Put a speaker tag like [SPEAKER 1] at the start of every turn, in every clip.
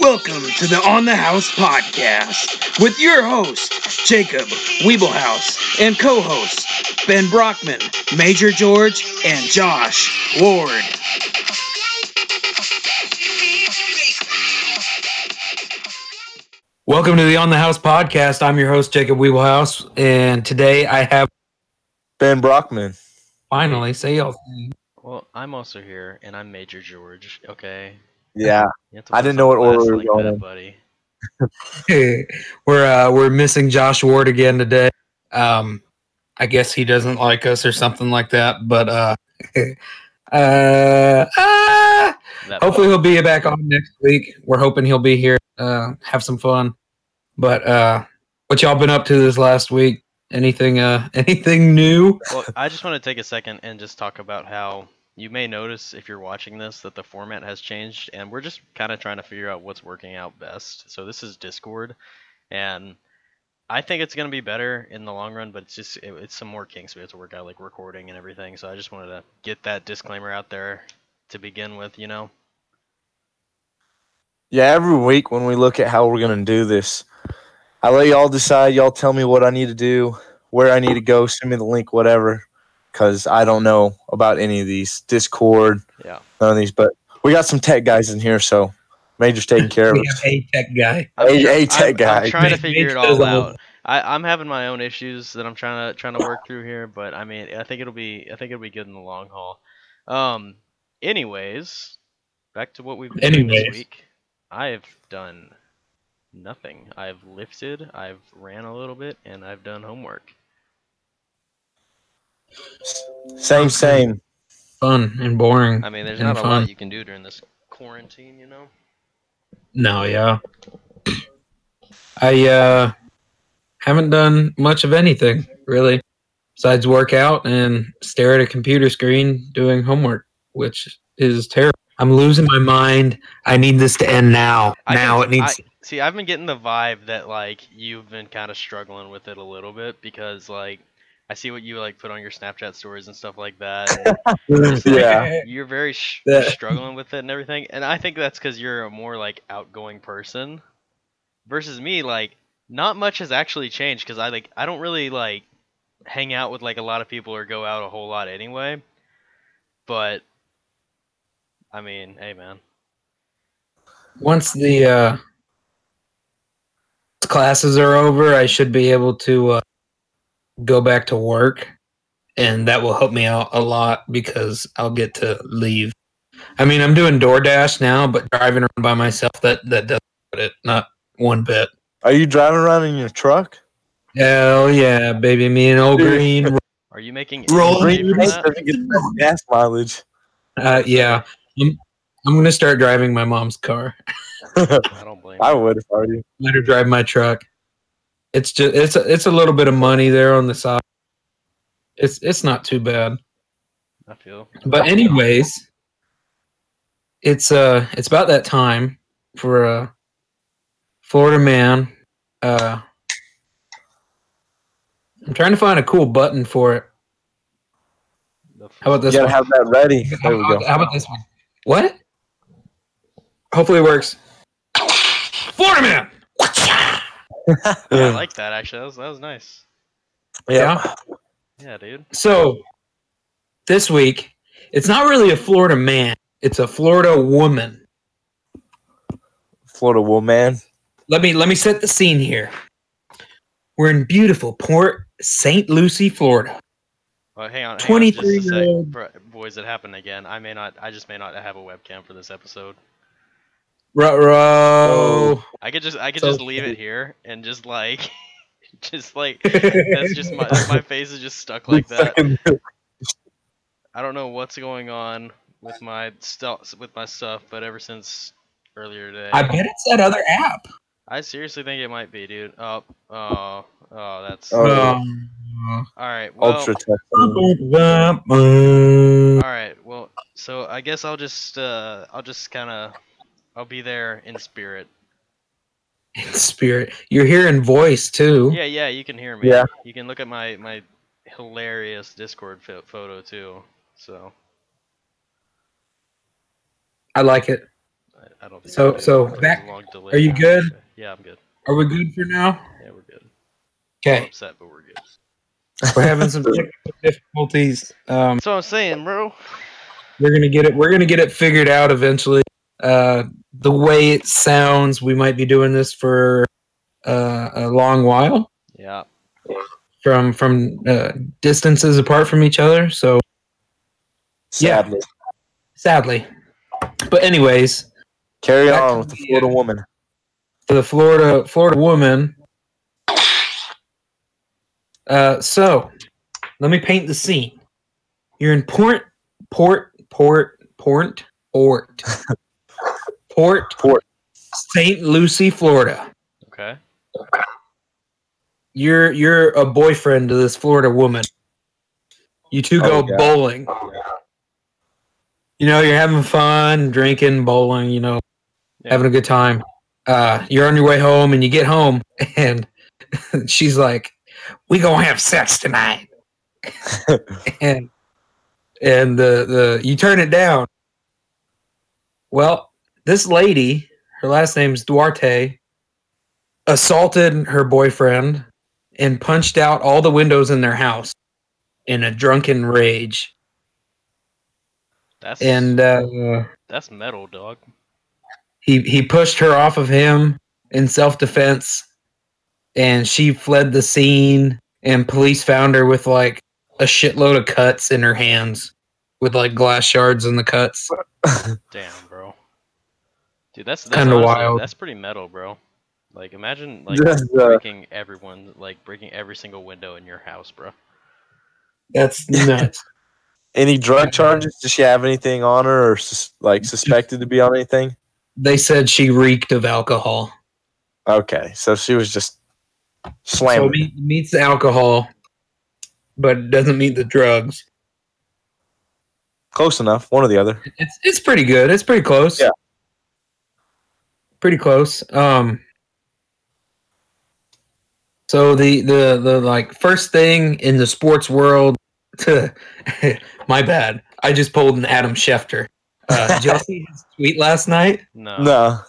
[SPEAKER 1] Welcome to the On the House podcast with your host, Jacob Weeblehouse, and co hosts, Ben Brockman, Major George, and Josh Ward. Welcome to the On the House podcast. I'm your host, Jacob Weeblehouse, and today I have
[SPEAKER 2] Ben Brockman.
[SPEAKER 1] finally say y'all.
[SPEAKER 3] Well, I'm also here, and I'm Major George. Okay.
[SPEAKER 2] Yeah.
[SPEAKER 3] You have to
[SPEAKER 2] I
[SPEAKER 3] put
[SPEAKER 2] didn't
[SPEAKER 3] us
[SPEAKER 2] know what
[SPEAKER 3] on
[SPEAKER 2] order
[SPEAKER 3] blast
[SPEAKER 2] we were going
[SPEAKER 3] that,
[SPEAKER 2] in.
[SPEAKER 3] buddy.
[SPEAKER 1] we're uh, we're missing Josh Ward again today. Um, I guess he doesn't like us or something like that. But uh, uh, ah,
[SPEAKER 3] That
[SPEAKER 1] hopefully he'll be back on next week. We're hoping he'll be here. Uh, have some fun. But uh, what y'all been up to this last week? Anything? Uh, anything new?
[SPEAKER 3] Well, I just want to take a second and just talk about how you may notice if you're watching this that the format has changed, and we're just kind of trying to figure out what's working out best. So this is Discord, and I think it's gonna be better in the long run, but it's just it, it's some more kinks we have to work out, like recording and everything. So I just wanted to get that disclaimer out there to begin with, you know.
[SPEAKER 2] Yeah, every week when we look at how we're going to do this, I let y'all decide. Y'all tell me what I need to do, where I need to go, send me the link, whatever, because I don't know about any of these Discord,
[SPEAKER 3] Yeah.
[SPEAKER 2] none of these. But we got some tech guys in here, so Major's taking care of
[SPEAKER 1] We
[SPEAKER 2] us.
[SPEAKER 1] have a tech guy.
[SPEAKER 3] I'm
[SPEAKER 2] Hey-
[SPEAKER 3] tr-
[SPEAKER 2] hey, tech
[SPEAKER 3] I'm-
[SPEAKER 2] guy.
[SPEAKER 3] I'm trying to
[SPEAKER 1] Make-
[SPEAKER 3] figure
[SPEAKER 1] make
[SPEAKER 3] it
[SPEAKER 1] those
[SPEAKER 3] all
[SPEAKER 1] little-
[SPEAKER 3] out. I, I'm having my own issues that I'm trying to trying to work through here, but I mean, I think it'll be I think it'll be good in the long haul. Um, anyways, back to what we've been doing
[SPEAKER 1] Anyways.
[SPEAKER 3] this week. I've done nothing. I've lifted. I've ran a little bit, and I've done homework.
[SPEAKER 2] Same, same.
[SPEAKER 1] Fun and boring.
[SPEAKER 3] I mean, there's
[SPEAKER 1] And
[SPEAKER 3] not a
[SPEAKER 1] fun.
[SPEAKER 3] lot you can do during this quarantine, you know.
[SPEAKER 1] No, yeah. I uh haven't done much of anything really besides work out and stare at a computer screen doing homework, which is terrible. I'm losing my mind. I need this to end now.
[SPEAKER 3] I
[SPEAKER 1] now it
[SPEAKER 3] think-
[SPEAKER 1] needs
[SPEAKER 3] I, see, I've been getting the vibe that like you've been kind of struggling with it a little bit because like I see what you like put on your Snapchat stories and stuff like that. and it's like,
[SPEAKER 2] Yeah.
[SPEAKER 3] you're very sh-
[SPEAKER 1] That-
[SPEAKER 3] struggling with it and everything, and I think that's because you're a more like outgoing person versus me. Like, not much has actually changed because I like I don't really like hang out with like a lot of people or go out a whole lot anyway. But I mean, hey man,
[SPEAKER 1] once the uh classes are over, I should be able to uh, go back to work and that will help me out a lot because I'll get to leave. I mean, I'm doing DoorDash now, but driving around by myself that that doesn't put it not one bit.
[SPEAKER 2] Are you driving around in your truck?
[SPEAKER 1] Hell yeah, baby, me and old
[SPEAKER 2] Dude.
[SPEAKER 1] green.
[SPEAKER 3] are you making any
[SPEAKER 1] Roll
[SPEAKER 3] money
[SPEAKER 2] Green
[SPEAKER 3] from
[SPEAKER 2] lights
[SPEAKER 3] that?
[SPEAKER 2] doesn't get the gas mileage.
[SPEAKER 1] Uh, yeah, I'm, I'm gonna start driving my mom's car.
[SPEAKER 3] I don't blame.
[SPEAKER 2] I would if I were you.
[SPEAKER 1] Let her drive my truck. It's just it's a, it's a little bit of money there on the side. It's it's not too bad.
[SPEAKER 3] I feel.
[SPEAKER 1] But anyways, it's uh it's about that time for a Florida man. Uh I'm trying to find a cool button for it.
[SPEAKER 3] The f-
[SPEAKER 1] How about
[SPEAKER 2] You
[SPEAKER 1] this
[SPEAKER 2] gotta
[SPEAKER 1] one?
[SPEAKER 2] have that ready.
[SPEAKER 1] how,
[SPEAKER 2] There we go.
[SPEAKER 1] how about this one? What? Hopefully it works. Florida man.
[SPEAKER 3] yeah, I like that actually. That was, that was nice.
[SPEAKER 2] yeah.
[SPEAKER 3] Yeah, dude.
[SPEAKER 1] So this week, it's not really a Florida man. It's a Florida woman.
[SPEAKER 2] Florida woman.
[SPEAKER 1] let me let me set the scene here. We're in beautiful Port St. Lucie, Florida.
[SPEAKER 3] Well, hang on. hang on just a
[SPEAKER 1] 23 year
[SPEAKER 3] sec.
[SPEAKER 1] old-
[SPEAKER 3] Bro- boys. It happened again. I may not. I just may not have a webcam for this episode.
[SPEAKER 1] Ruh-roh.
[SPEAKER 3] I could just. I could
[SPEAKER 1] So
[SPEAKER 3] just leave it
[SPEAKER 1] funny.
[SPEAKER 3] here and just like, just like. That's just my. my face is just stuck like that. I don't know what's going on with my stuff. With my stuff, but ever since earlier today,
[SPEAKER 1] I bet it's that other app.
[SPEAKER 3] I seriously think it might be, dude. Oh, oh, oh. That's
[SPEAKER 2] Oh.
[SPEAKER 1] Um,
[SPEAKER 3] all right. Well,
[SPEAKER 2] Ultra tech.
[SPEAKER 1] Um,
[SPEAKER 3] All right. Well, so I guess I'll just uh I'll just kind of I'll be there in spirit.
[SPEAKER 1] in spirit, you're hearing voice too.
[SPEAKER 3] Yeah, yeah, you can hear me.
[SPEAKER 2] Yeah.
[SPEAKER 3] You can look at my my hilarious Discord pho- photo too. So
[SPEAKER 1] I like it.
[SPEAKER 3] I, I don't think.
[SPEAKER 1] So-
[SPEAKER 3] it-
[SPEAKER 1] so
[SPEAKER 3] it was a
[SPEAKER 1] back-
[SPEAKER 3] long delay
[SPEAKER 1] are you
[SPEAKER 3] now.
[SPEAKER 1] good?
[SPEAKER 3] Yeah, I'm good.
[SPEAKER 1] Are we good for now?
[SPEAKER 3] Yeah, we're good. I'm
[SPEAKER 1] Okay,
[SPEAKER 3] upset, but we're good.
[SPEAKER 1] we're having some technical difficulties. Um,
[SPEAKER 3] That's what I'm saying, bro.
[SPEAKER 1] we're gonna get it. We're gonna get it figured out eventually. Uh, the way it sounds, we might be doing this for uh, a long while
[SPEAKER 3] Yeah.
[SPEAKER 1] from from uh, distances apart from each other. So Yeah.
[SPEAKER 2] Sadly.
[SPEAKER 1] sadly, but anyways,
[SPEAKER 2] Carry
[SPEAKER 1] Back
[SPEAKER 2] on
[SPEAKER 1] to
[SPEAKER 2] with the
[SPEAKER 1] the,
[SPEAKER 2] Florida
[SPEAKER 1] uh,
[SPEAKER 2] woman.
[SPEAKER 1] for the Florida Florida woman. Uh, so let me paint the scene. You're in Port Port Port Port Port Port
[SPEAKER 2] Port.
[SPEAKER 1] St. Lucie, Florida.
[SPEAKER 3] Okay.
[SPEAKER 1] You're you're a boyfriend to this Florida woman. You two go
[SPEAKER 2] Oh, God.
[SPEAKER 1] bowling. You know, you're having fun, drinking, bowling, you know,
[SPEAKER 3] Yeah.
[SPEAKER 1] having a good time. Uh, you're on your way home and you get home and she's like, We gonna have sex tonight. and and the, the you turn it down. Well, this lady, her last name's Duarte, assaulted her boyfriend and punched out all the windows in their house in a drunken rage.
[SPEAKER 3] That's
[SPEAKER 1] And uh
[SPEAKER 3] that's metal, dog.
[SPEAKER 1] he he pushed her off of him in self defense, and she fled the scene. And police found her with like a shitload of cuts in her hands, with like glass shards in the cuts.
[SPEAKER 3] Damn, bro. Dude, that's that's
[SPEAKER 1] Kinda
[SPEAKER 3] honestly-
[SPEAKER 1] wild.
[SPEAKER 3] That's pretty metal, bro. Like, imagine like
[SPEAKER 2] Just, uh,
[SPEAKER 3] breaking everyone, like breaking every single window in your house, bro.
[SPEAKER 1] That's nuts.
[SPEAKER 2] Any drug charges? Does she have anything on her or sus- like suspected to be on anything?
[SPEAKER 1] they said she reeked of alcohol.
[SPEAKER 2] Okay, so she was just
[SPEAKER 1] So
[SPEAKER 2] slamming.
[SPEAKER 1] it meet, meets the alcohol, but it doesn't meet the drugs.
[SPEAKER 2] Close enough, one or the other.
[SPEAKER 1] It's it's pretty good. It's pretty close.
[SPEAKER 2] Yeah.
[SPEAKER 1] Pretty close. Um So the the the like first thing in the sports world my bad. I just pulled an Adam Schefter. Uh, did y'all see his tweet last night?
[SPEAKER 3] No.
[SPEAKER 2] No,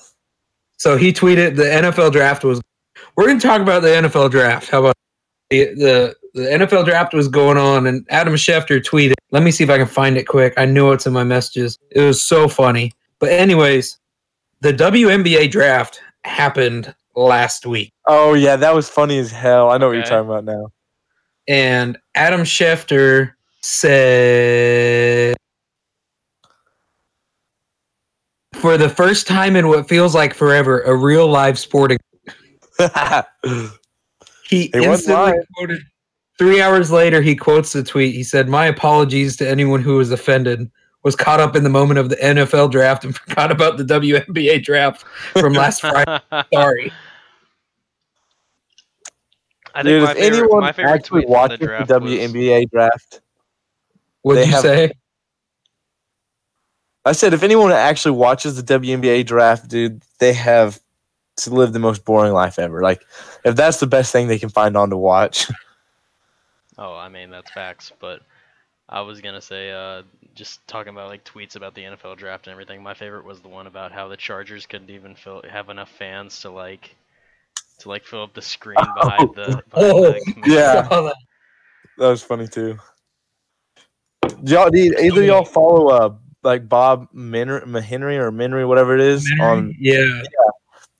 [SPEAKER 1] So he tweeted the NFL draft was. We're going to talk about the NFL draft. How about the, the the NFL draft was going on, and Adam Schefter tweeted. Let me see if I can find it quick. I know it's in my messages. It was so funny. But anyways, the WNBA draft happened last week,
[SPEAKER 2] Oh yeah, that was funny as hell. I know what
[SPEAKER 3] Okay.
[SPEAKER 2] you're talking about now.
[SPEAKER 1] and Adam Schefter said. For the first time in what feels like forever, a real live sporting He
[SPEAKER 2] He was
[SPEAKER 1] instantly
[SPEAKER 2] lying.
[SPEAKER 1] quoted. Three hours later, he quotes the tweet. He said, "My apologies to anyone who was offended. Was caught up in the moment of the NFL draft and forgot about the WNBA draft from last Friday. Sorry,
[SPEAKER 3] I think
[SPEAKER 2] Dude,
[SPEAKER 3] my
[SPEAKER 2] if
[SPEAKER 3] favorite,
[SPEAKER 2] anyone
[SPEAKER 3] my favorite
[SPEAKER 2] actually
[SPEAKER 3] tweet from the
[SPEAKER 2] watches the,
[SPEAKER 3] draft was,
[SPEAKER 2] WNBA draft,
[SPEAKER 1] what'd
[SPEAKER 2] They
[SPEAKER 1] you
[SPEAKER 2] have-
[SPEAKER 1] say?
[SPEAKER 2] I said if anyone actually watches the WNBA draft, dude, they have to live the most boring life ever. Like, if that's the best thing they can find on to watch,
[SPEAKER 3] oh, I mean that's facts, but I was gonna say, uh, just talking about like tweets about the NFL draft and everything. My favorite was the one about how the Chargers couldn't even fill, have enough fans to like, to like fill up the screen behind the. Behind
[SPEAKER 1] Oh,
[SPEAKER 3] the command-
[SPEAKER 2] yeah.
[SPEAKER 1] Saw that.
[SPEAKER 2] that was funny too. Do y'all do either y'all follow uh like Bob Minner- Henry or Minry, whatever it is, on
[SPEAKER 1] yeah,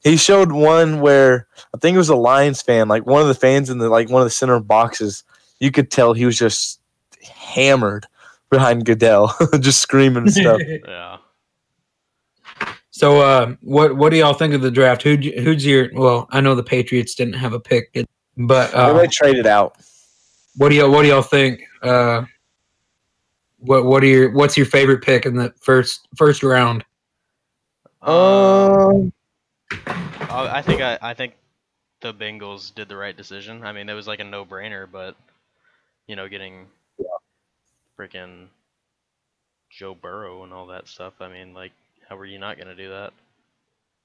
[SPEAKER 2] he showed one where I think it was a Lions fan, like one of the fans in the like one of the center boxes. You could tell he was just hammered behind Goodell, just screaming and stuff.
[SPEAKER 3] Yeah.
[SPEAKER 1] so, uh, what what do y'all think of the draft? Who who's your? Well, I know the Patriots didn't have a pick, but
[SPEAKER 2] Well,
[SPEAKER 1] uh,
[SPEAKER 2] they traded out.
[SPEAKER 1] what do y'all what do y'all think? Uh, what what are your what's your favorite pick in the first first round?
[SPEAKER 2] Um,
[SPEAKER 3] I I think I, I think the Bengals did the right decision. I mean, it was like a no-brainer, but you know, getting freaking Joe Burrow and all that stuff. I mean, like, how were you not gonna do that?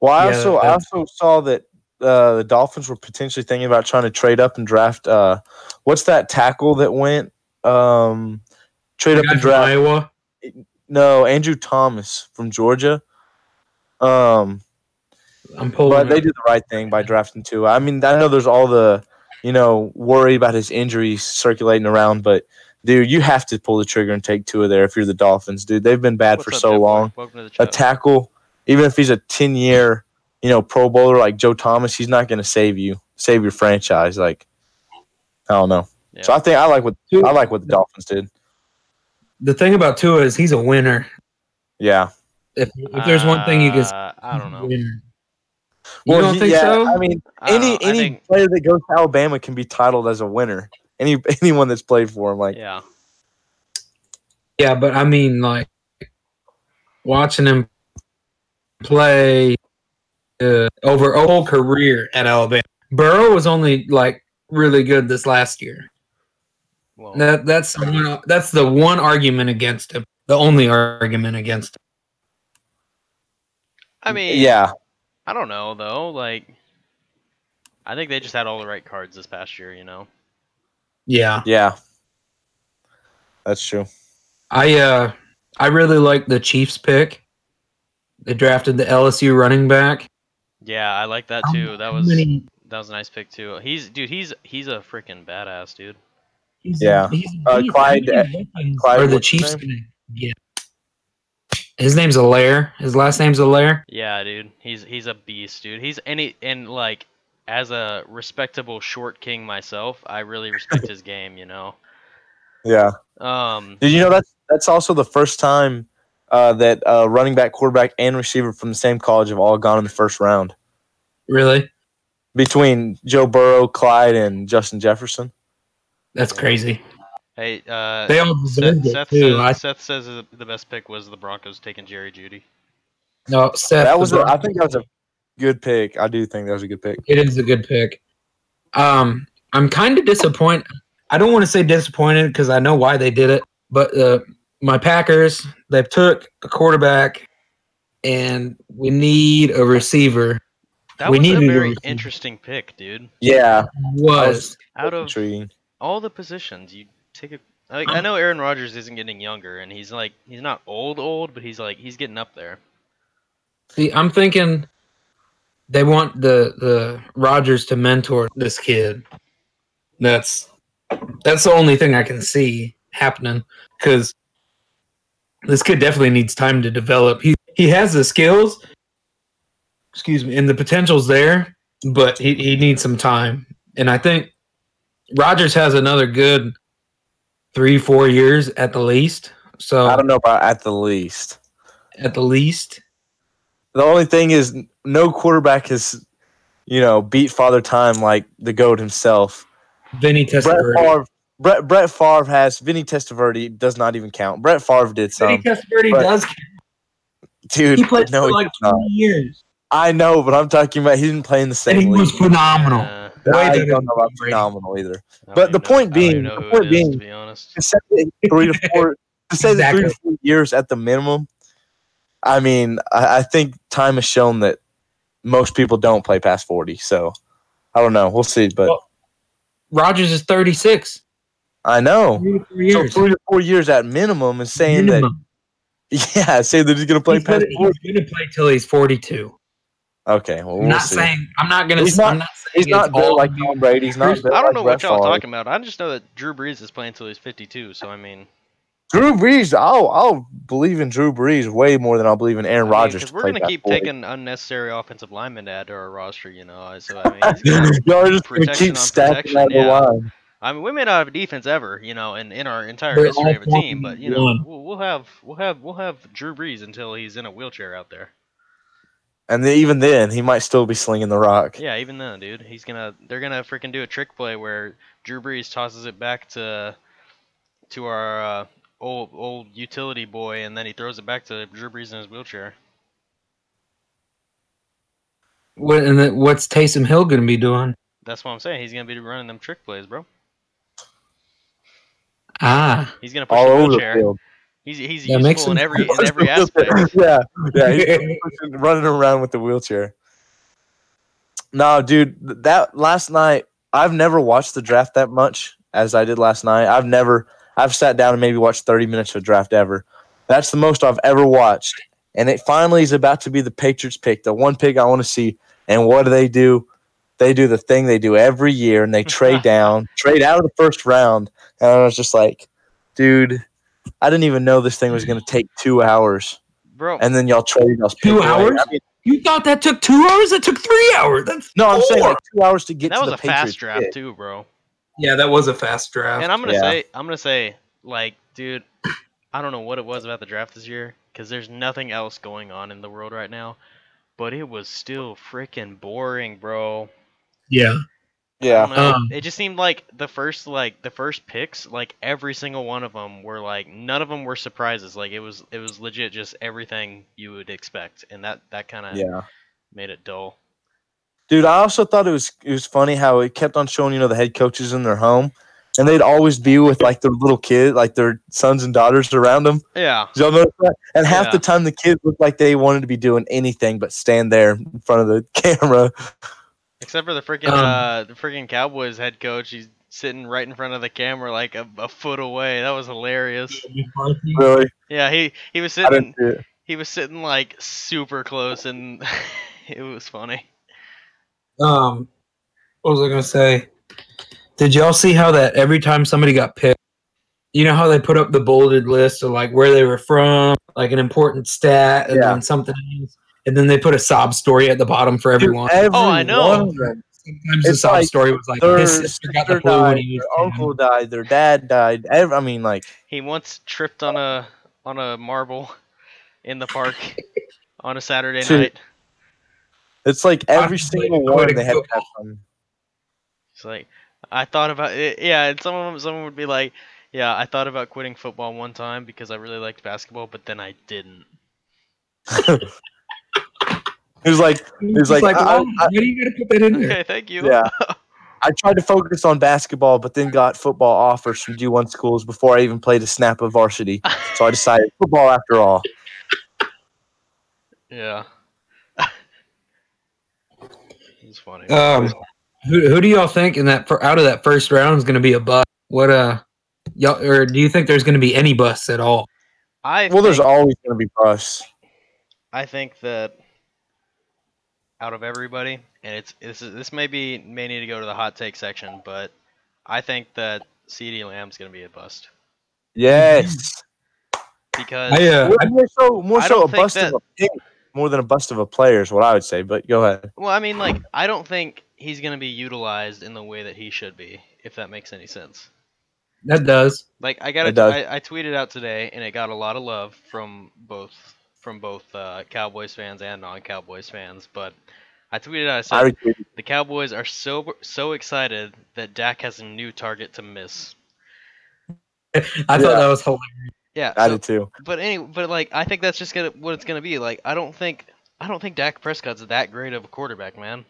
[SPEAKER 2] well, I
[SPEAKER 1] Yeah,
[SPEAKER 2] also I
[SPEAKER 1] that's-
[SPEAKER 2] also saw that uh, the Dolphins were potentially thinking about trying to trade up and draft. Uh, what's that tackle that went? Um, Trade up
[SPEAKER 1] Guy
[SPEAKER 2] and
[SPEAKER 1] from
[SPEAKER 2] draft.
[SPEAKER 1] Iowa.
[SPEAKER 2] No, Andrew Thomas from Georgia. Um,
[SPEAKER 1] I'm pulling.
[SPEAKER 2] but they
[SPEAKER 1] it.
[SPEAKER 2] did the right thing by drafting two. I mean, I know there's all the, you know, worry about his injuries circulating around, but dude, you have to pull the trigger and take two of there if you're the Dolphins, dude. They've been bad
[SPEAKER 3] What's
[SPEAKER 2] for
[SPEAKER 3] up,
[SPEAKER 2] so
[SPEAKER 3] Jeff?
[SPEAKER 2] long.
[SPEAKER 3] Welcome to the
[SPEAKER 2] a
[SPEAKER 3] show.
[SPEAKER 2] tackle, even if he's a 10 year, you know, pro bowler like Joe Thomas, he's not going to save you, save your franchise. Like, I don't know.
[SPEAKER 3] Yeah.
[SPEAKER 2] So I think I like what I like what the Dolphins did.
[SPEAKER 1] the thing about Tua is he's a winner.
[SPEAKER 2] Yeah.
[SPEAKER 1] If, if there's one thing you can, say,
[SPEAKER 3] Uh, I don't know.
[SPEAKER 1] he's a winner. You don't
[SPEAKER 2] he-
[SPEAKER 1] think
[SPEAKER 2] yeah,
[SPEAKER 1] so?
[SPEAKER 2] I mean,
[SPEAKER 3] I don't
[SPEAKER 2] any
[SPEAKER 3] know. I
[SPEAKER 2] any
[SPEAKER 3] think-
[SPEAKER 2] player that goes to Alabama can be titled as a winner. Any anyone that's played for him, like
[SPEAKER 3] yeah,
[SPEAKER 1] Yeah, but I mean, like watching him play uh, over a whole career at Alabama. Burrow was only like really good this last year.
[SPEAKER 3] well,
[SPEAKER 1] That that's the one, that's the one argument against him. The only argument against him.
[SPEAKER 3] I mean,
[SPEAKER 2] yeah,
[SPEAKER 3] I don't know though. Like, I think they just had all the right cards this past year. You know,
[SPEAKER 1] Yeah,
[SPEAKER 2] yeah, that's true.
[SPEAKER 1] I uh I really like the Chiefs pick. They drafted the LSU running back.
[SPEAKER 3] yeah, I like that
[SPEAKER 1] How
[SPEAKER 3] too. That
[SPEAKER 1] How
[SPEAKER 3] was
[SPEAKER 1] many-
[SPEAKER 3] that was a nice pick too. He's dude, he's he's a freaking badass dude.
[SPEAKER 1] he's-
[SPEAKER 2] Yeah.
[SPEAKER 1] he's-
[SPEAKER 2] Uh,
[SPEAKER 1] he's-
[SPEAKER 2] Clyde-
[SPEAKER 1] he's-
[SPEAKER 2] Clyde,
[SPEAKER 1] Are the
[SPEAKER 2] what's his
[SPEAKER 1] Chiefs gonna get? His name's Alaire. His last name's Alaire.
[SPEAKER 3] Yeah, dude, he's he's a beast, dude. He's any and like as a respectable short king myself, I really respect his game. You know,
[SPEAKER 2] Yeah.
[SPEAKER 3] um,
[SPEAKER 2] Did you know that's that's also the first time uh, that uh, running back, quarterback, and receiver from the same college have all gone in the first round
[SPEAKER 1] Really?
[SPEAKER 2] between Joe Burrow, Clyde, and Justin Jefferson?
[SPEAKER 1] That's crazy.
[SPEAKER 3] hey, uh,
[SPEAKER 1] They all deserved it
[SPEAKER 3] Seth, Seth
[SPEAKER 1] too.
[SPEAKER 3] says,
[SPEAKER 1] I,
[SPEAKER 3] Seth says the the best pick was the Broncos taking Jerry Judy.
[SPEAKER 1] no, Seth.
[SPEAKER 2] That was,
[SPEAKER 1] the
[SPEAKER 2] a, I think, that was a good pick. I do think that was a good pick.
[SPEAKER 1] It is a good pick. Um, I'm kind of disappointed. I don't want to say disappointed because I know why they did it, but uh, my Packers they took a quarterback, and we need a receiver.
[SPEAKER 3] That
[SPEAKER 1] We
[SPEAKER 3] was a
[SPEAKER 1] needed a
[SPEAKER 3] very
[SPEAKER 1] receiver.
[SPEAKER 3] interesting pick, dude.
[SPEAKER 2] Yeah,
[SPEAKER 1] Was
[SPEAKER 3] Out of
[SPEAKER 2] intriguing.
[SPEAKER 3] all the positions, you take a. Like, I know Aaron Rodgers isn't getting younger, and he's like he's not old old, but he's like he's getting up there.
[SPEAKER 1] see, I'm thinking they want the the Rogers to mentor this kid. That's that's the only thing I can see happening because this kid definitely needs time to develop. He he has the skills, excuse me, and the potential's there, but he, he needs some time. And I think Rogers has another good three four years at the least. So
[SPEAKER 2] I don't know about at the least.
[SPEAKER 1] at the least,
[SPEAKER 2] The only thing is, n- no quarterback has, you know, beat Father Time like the GOAT himself.
[SPEAKER 1] Vinny
[SPEAKER 2] Brett
[SPEAKER 1] Testaverde.
[SPEAKER 2] Favre, Brett, Brett Favre has, Vinny Testaverde does not even count. Brett Favre did some.
[SPEAKER 1] Vinny Testaverde
[SPEAKER 2] but-
[SPEAKER 1] does.
[SPEAKER 2] Dude,
[SPEAKER 1] He played
[SPEAKER 2] no,
[SPEAKER 1] for
[SPEAKER 2] he
[SPEAKER 1] like
[SPEAKER 2] did not.
[SPEAKER 1] 20 years,
[SPEAKER 2] I know, but I'm talking about he didn't play in the same
[SPEAKER 1] and he
[SPEAKER 2] league.
[SPEAKER 1] was phenomenal.
[SPEAKER 3] Uh,
[SPEAKER 1] Way
[SPEAKER 2] I
[SPEAKER 1] better
[SPEAKER 2] don't
[SPEAKER 1] than
[SPEAKER 2] know about
[SPEAKER 1] Tom Brady.
[SPEAKER 2] phenomenal either.
[SPEAKER 3] I don't
[SPEAKER 2] But
[SPEAKER 3] even
[SPEAKER 2] the
[SPEAKER 3] know-
[SPEAKER 2] point
[SPEAKER 3] I don't even
[SPEAKER 2] being-
[SPEAKER 3] know
[SPEAKER 2] the
[SPEAKER 3] who
[SPEAKER 2] point
[SPEAKER 3] it is,
[SPEAKER 2] being-
[SPEAKER 3] to be honest.
[SPEAKER 2] To say that three to four, to say that three to four years at the minimum. I mean, I, I think time has shown that most people don't play past forty. So I don't know. We'll see. But
[SPEAKER 1] Well, Rogers is 36.
[SPEAKER 2] I know.
[SPEAKER 1] Three to four
[SPEAKER 2] So
[SPEAKER 1] years.
[SPEAKER 2] three to four years at minimum is saying
[SPEAKER 1] Minimum.
[SPEAKER 2] that. Yeah, say that he's gonna play
[SPEAKER 1] He's gonna,
[SPEAKER 2] past
[SPEAKER 1] he's
[SPEAKER 2] forty.
[SPEAKER 1] gonna play till he's 42.
[SPEAKER 2] Okay, well
[SPEAKER 1] I'm
[SPEAKER 2] we'll
[SPEAKER 1] not
[SPEAKER 2] see.
[SPEAKER 1] saying I'm not gonna.
[SPEAKER 2] He's
[SPEAKER 1] He's
[SPEAKER 2] not-
[SPEAKER 1] I'm not saying
[SPEAKER 2] he's not
[SPEAKER 1] it's all
[SPEAKER 2] built like
[SPEAKER 1] about-
[SPEAKER 2] Tom Brady. He's not. built
[SPEAKER 3] I
[SPEAKER 2] like
[SPEAKER 3] don't know what
[SPEAKER 2] Brett
[SPEAKER 3] y'all are
[SPEAKER 2] Favre.
[SPEAKER 3] talking about. I just know that Drew Brees is playing until he's 52. So I mean,
[SPEAKER 2] Drew Brees, I'll I'll believe in Drew Brees way more than I'll believe in
[SPEAKER 3] I
[SPEAKER 2] Aaron
[SPEAKER 3] mean,
[SPEAKER 2] Rodgers.
[SPEAKER 3] 'cause
[SPEAKER 2] to
[SPEAKER 3] we're
[SPEAKER 2] play
[SPEAKER 3] gonna
[SPEAKER 2] back
[SPEAKER 3] keep
[SPEAKER 2] 40.
[SPEAKER 3] taking unnecessary offensive linemen to add to our roster, you know. I- So I mean, he's gonna-
[SPEAKER 2] Y'all are just gonna
[SPEAKER 3] protection
[SPEAKER 2] keep
[SPEAKER 3] on
[SPEAKER 2] stacking
[SPEAKER 3] protection,
[SPEAKER 2] out of
[SPEAKER 3] yeah.
[SPEAKER 2] the line.
[SPEAKER 3] I mean, we may not have a defense ever, you know, in, in our entire
[SPEAKER 1] They're
[SPEAKER 3] history
[SPEAKER 1] all
[SPEAKER 3] of a team, but you know,
[SPEAKER 1] one.
[SPEAKER 3] we'll, we'll have we'll have we'll have Drew Brees until he's in a wheelchair out there.
[SPEAKER 2] And then, even then, he might still be slinging the rock.
[SPEAKER 3] Yeah, even then, dude, he's gonna they're gonna freaking do a trick play where Drew Brees tosses it back to to our uh, old old utility boy, and then he throws it back to Drew Brees in his wheelchair.
[SPEAKER 1] What, and then what's Taysom Hill gonna be doing?
[SPEAKER 3] That's what I'm saying. He's gonna be running them trick plays, bro.
[SPEAKER 1] Ah,
[SPEAKER 3] He's gonna push
[SPEAKER 2] All
[SPEAKER 3] the
[SPEAKER 2] over the
[SPEAKER 3] wheelchair.
[SPEAKER 2] field.
[SPEAKER 3] he's he's
[SPEAKER 1] That makes
[SPEAKER 3] useful in
[SPEAKER 1] him-
[SPEAKER 3] every in every aspect.
[SPEAKER 2] yeah, yeah, he's pushing- running around with the wheelchair. No, dude, th- that last night, I've never watched the draft that much as I did last night. I've never, I've sat down and maybe watched 30 minutes of a draft ever. That's the most I've ever watched. And it finally is about to be the Patriots pick, the one pick I want to see. And what do they do? They do the thing they do every year and they trade down, trade out of the first round. And I was just like, dude, I didn't even know this thing was going to take two hours.
[SPEAKER 3] Bro,
[SPEAKER 2] And then y'all traded y'all's pick
[SPEAKER 1] Two
[SPEAKER 2] away.
[SPEAKER 1] hours?
[SPEAKER 2] I mean,
[SPEAKER 1] You thought that took two hours? That took three hours. That's
[SPEAKER 2] no, I'm saying
[SPEAKER 1] four.
[SPEAKER 2] like two hours to get
[SPEAKER 3] that
[SPEAKER 2] to
[SPEAKER 3] was
[SPEAKER 2] the
[SPEAKER 3] a fast
[SPEAKER 2] Patriots
[SPEAKER 3] draft
[SPEAKER 2] pick.
[SPEAKER 3] too, bro.
[SPEAKER 1] yeah, that was a fast draft.
[SPEAKER 3] And I'm gonna
[SPEAKER 2] Yeah.
[SPEAKER 3] say, I'm gonna say, like, dude, I don't know what it was about the draft this year, because there's nothing else going on in the world right now, but it was still freaking boring, bro.
[SPEAKER 1] yeah,
[SPEAKER 3] I
[SPEAKER 2] Yeah.
[SPEAKER 3] don't know,
[SPEAKER 1] Um,
[SPEAKER 3] it just seemed like the first, like the first picks, like every single one of them were like none of them were surprises. Like it was, it was legit, just everything you would expect, and that that kind of
[SPEAKER 2] Yeah.
[SPEAKER 3] made it dull.
[SPEAKER 2] Dude, I also thought it was it was funny how it kept on showing, you know, the head coaches in their home, and they'd always be with like their little kid, like their sons and daughters around them.
[SPEAKER 3] Yeah,
[SPEAKER 2] Did y'all notice that? And half the
[SPEAKER 3] Yeah.
[SPEAKER 2] time, the kids looked like they wanted to be doing anything but stand there in front of the camera.
[SPEAKER 3] except for the freaking
[SPEAKER 1] Um,
[SPEAKER 3] uh, the freaking Cowboys head coach. He's sitting right in front of the camera, like a, a foot away. That was hilarious.
[SPEAKER 2] Really,
[SPEAKER 3] Yeah, he he was
[SPEAKER 2] I didn't
[SPEAKER 3] sitting
[SPEAKER 2] see it.
[SPEAKER 3] he was sitting like super close, and it was funny.
[SPEAKER 1] Um, what was I gonna say? Did y'all see how that every time somebody got picked, you know how they put up the bolded list of like where they were from, like an important stat, and
[SPEAKER 2] Yeah.
[SPEAKER 1] then something else, and then they put a sob story at the bottom for everyone.
[SPEAKER 2] Dude, every
[SPEAKER 3] Oh, I know.
[SPEAKER 2] one of them.
[SPEAKER 1] Sometimes the
[SPEAKER 2] it's
[SPEAKER 1] sob
[SPEAKER 2] like
[SPEAKER 1] story was like
[SPEAKER 2] Their
[SPEAKER 1] his sister got
[SPEAKER 2] sister
[SPEAKER 1] the flu when
[SPEAKER 2] died.
[SPEAKER 1] he was
[SPEAKER 2] Their
[SPEAKER 1] 10.
[SPEAKER 2] uncle died. Their dad died. Ev- I mean, like,
[SPEAKER 3] He once tripped on a on a marble in the park on a Saturday
[SPEAKER 2] Dude.
[SPEAKER 3] night.
[SPEAKER 2] it's like every
[SPEAKER 1] Honestly,
[SPEAKER 2] single
[SPEAKER 1] I
[SPEAKER 2] one
[SPEAKER 1] would've
[SPEAKER 2] they had to
[SPEAKER 1] cooked.
[SPEAKER 2] have some.
[SPEAKER 3] It's like I thought about it. Yeah, and some of them, someone would be like, "Yeah, I thought about quitting football one time because I really liked basketball, but then I didn't."
[SPEAKER 2] It was like,
[SPEAKER 1] He
[SPEAKER 2] was like, I-
[SPEAKER 1] "Mom,
[SPEAKER 2] I-
[SPEAKER 1] why do you gotta put that in there?
[SPEAKER 3] Okay, thank you.
[SPEAKER 2] yeah. I tried to focus on basketball, but then got football offers from D1 schools before I even played a snap of varsity. So I decided football after all.
[SPEAKER 3] yeah. it's funny.
[SPEAKER 1] Um, who who do y'all think in that fir- out of that first round is gonna be a bust? What uh, y'all or do you think there's gonna be any busts at all?
[SPEAKER 3] I
[SPEAKER 2] Well, there's
[SPEAKER 3] think-
[SPEAKER 2] always going to be busts.
[SPEAKER 3] I think that out of everybody, and it's this is this may be may need to go to the hot take section, but I think that CD Lamb's gonna be a bust
[SPEAKER 2] Yes.
[SPEAKER 3] because
[SPEAKER 1] I, uh,
[SPEAKER 2] More- more so, more
[SPEAKER 3] I
[SPEAKER 2] so a
[SPEAKER 3] don't think
[SPEAKER 2] bust
[SPEAKER 3] that-
[SPEAKER 2] of a pick, more than a bust of a player is what I would say. But go ahead.
[SPEAKER 3] well, I mean, like I don't think he's gonna be utilized in the way that he should be, if that makes any sense.
[SPEAKER 1] that does.
[SPEAKER 3] Like I got
[SPEAKER 2] It does.
[SPEAKER 3] I, I tweeted out today, and it got a lot of love from both from both uh, Cowboys fans and non-Cowboys fans, but. I tweeted out, I said,
[SPEAKER 2] I retweeted.
[SPEAKER 3] The Cowboys are so so excited that Dak has a new target to miss.
[SPEAKER 1] I
[SPEAKER 2] Yeah.
[SPEAKER 1] thought that was hilarious.
[SPEAKER 3] Yeah,
[SPEAKER 2] I
[SPEAKER 3] so-
[SPEAKER 2] did too.
[SPEAKER 3] but anyway, but like I think that's just gonna what it's gonna be. Like I don't think I don't think Dak Prescott's that great of a quarterback, man.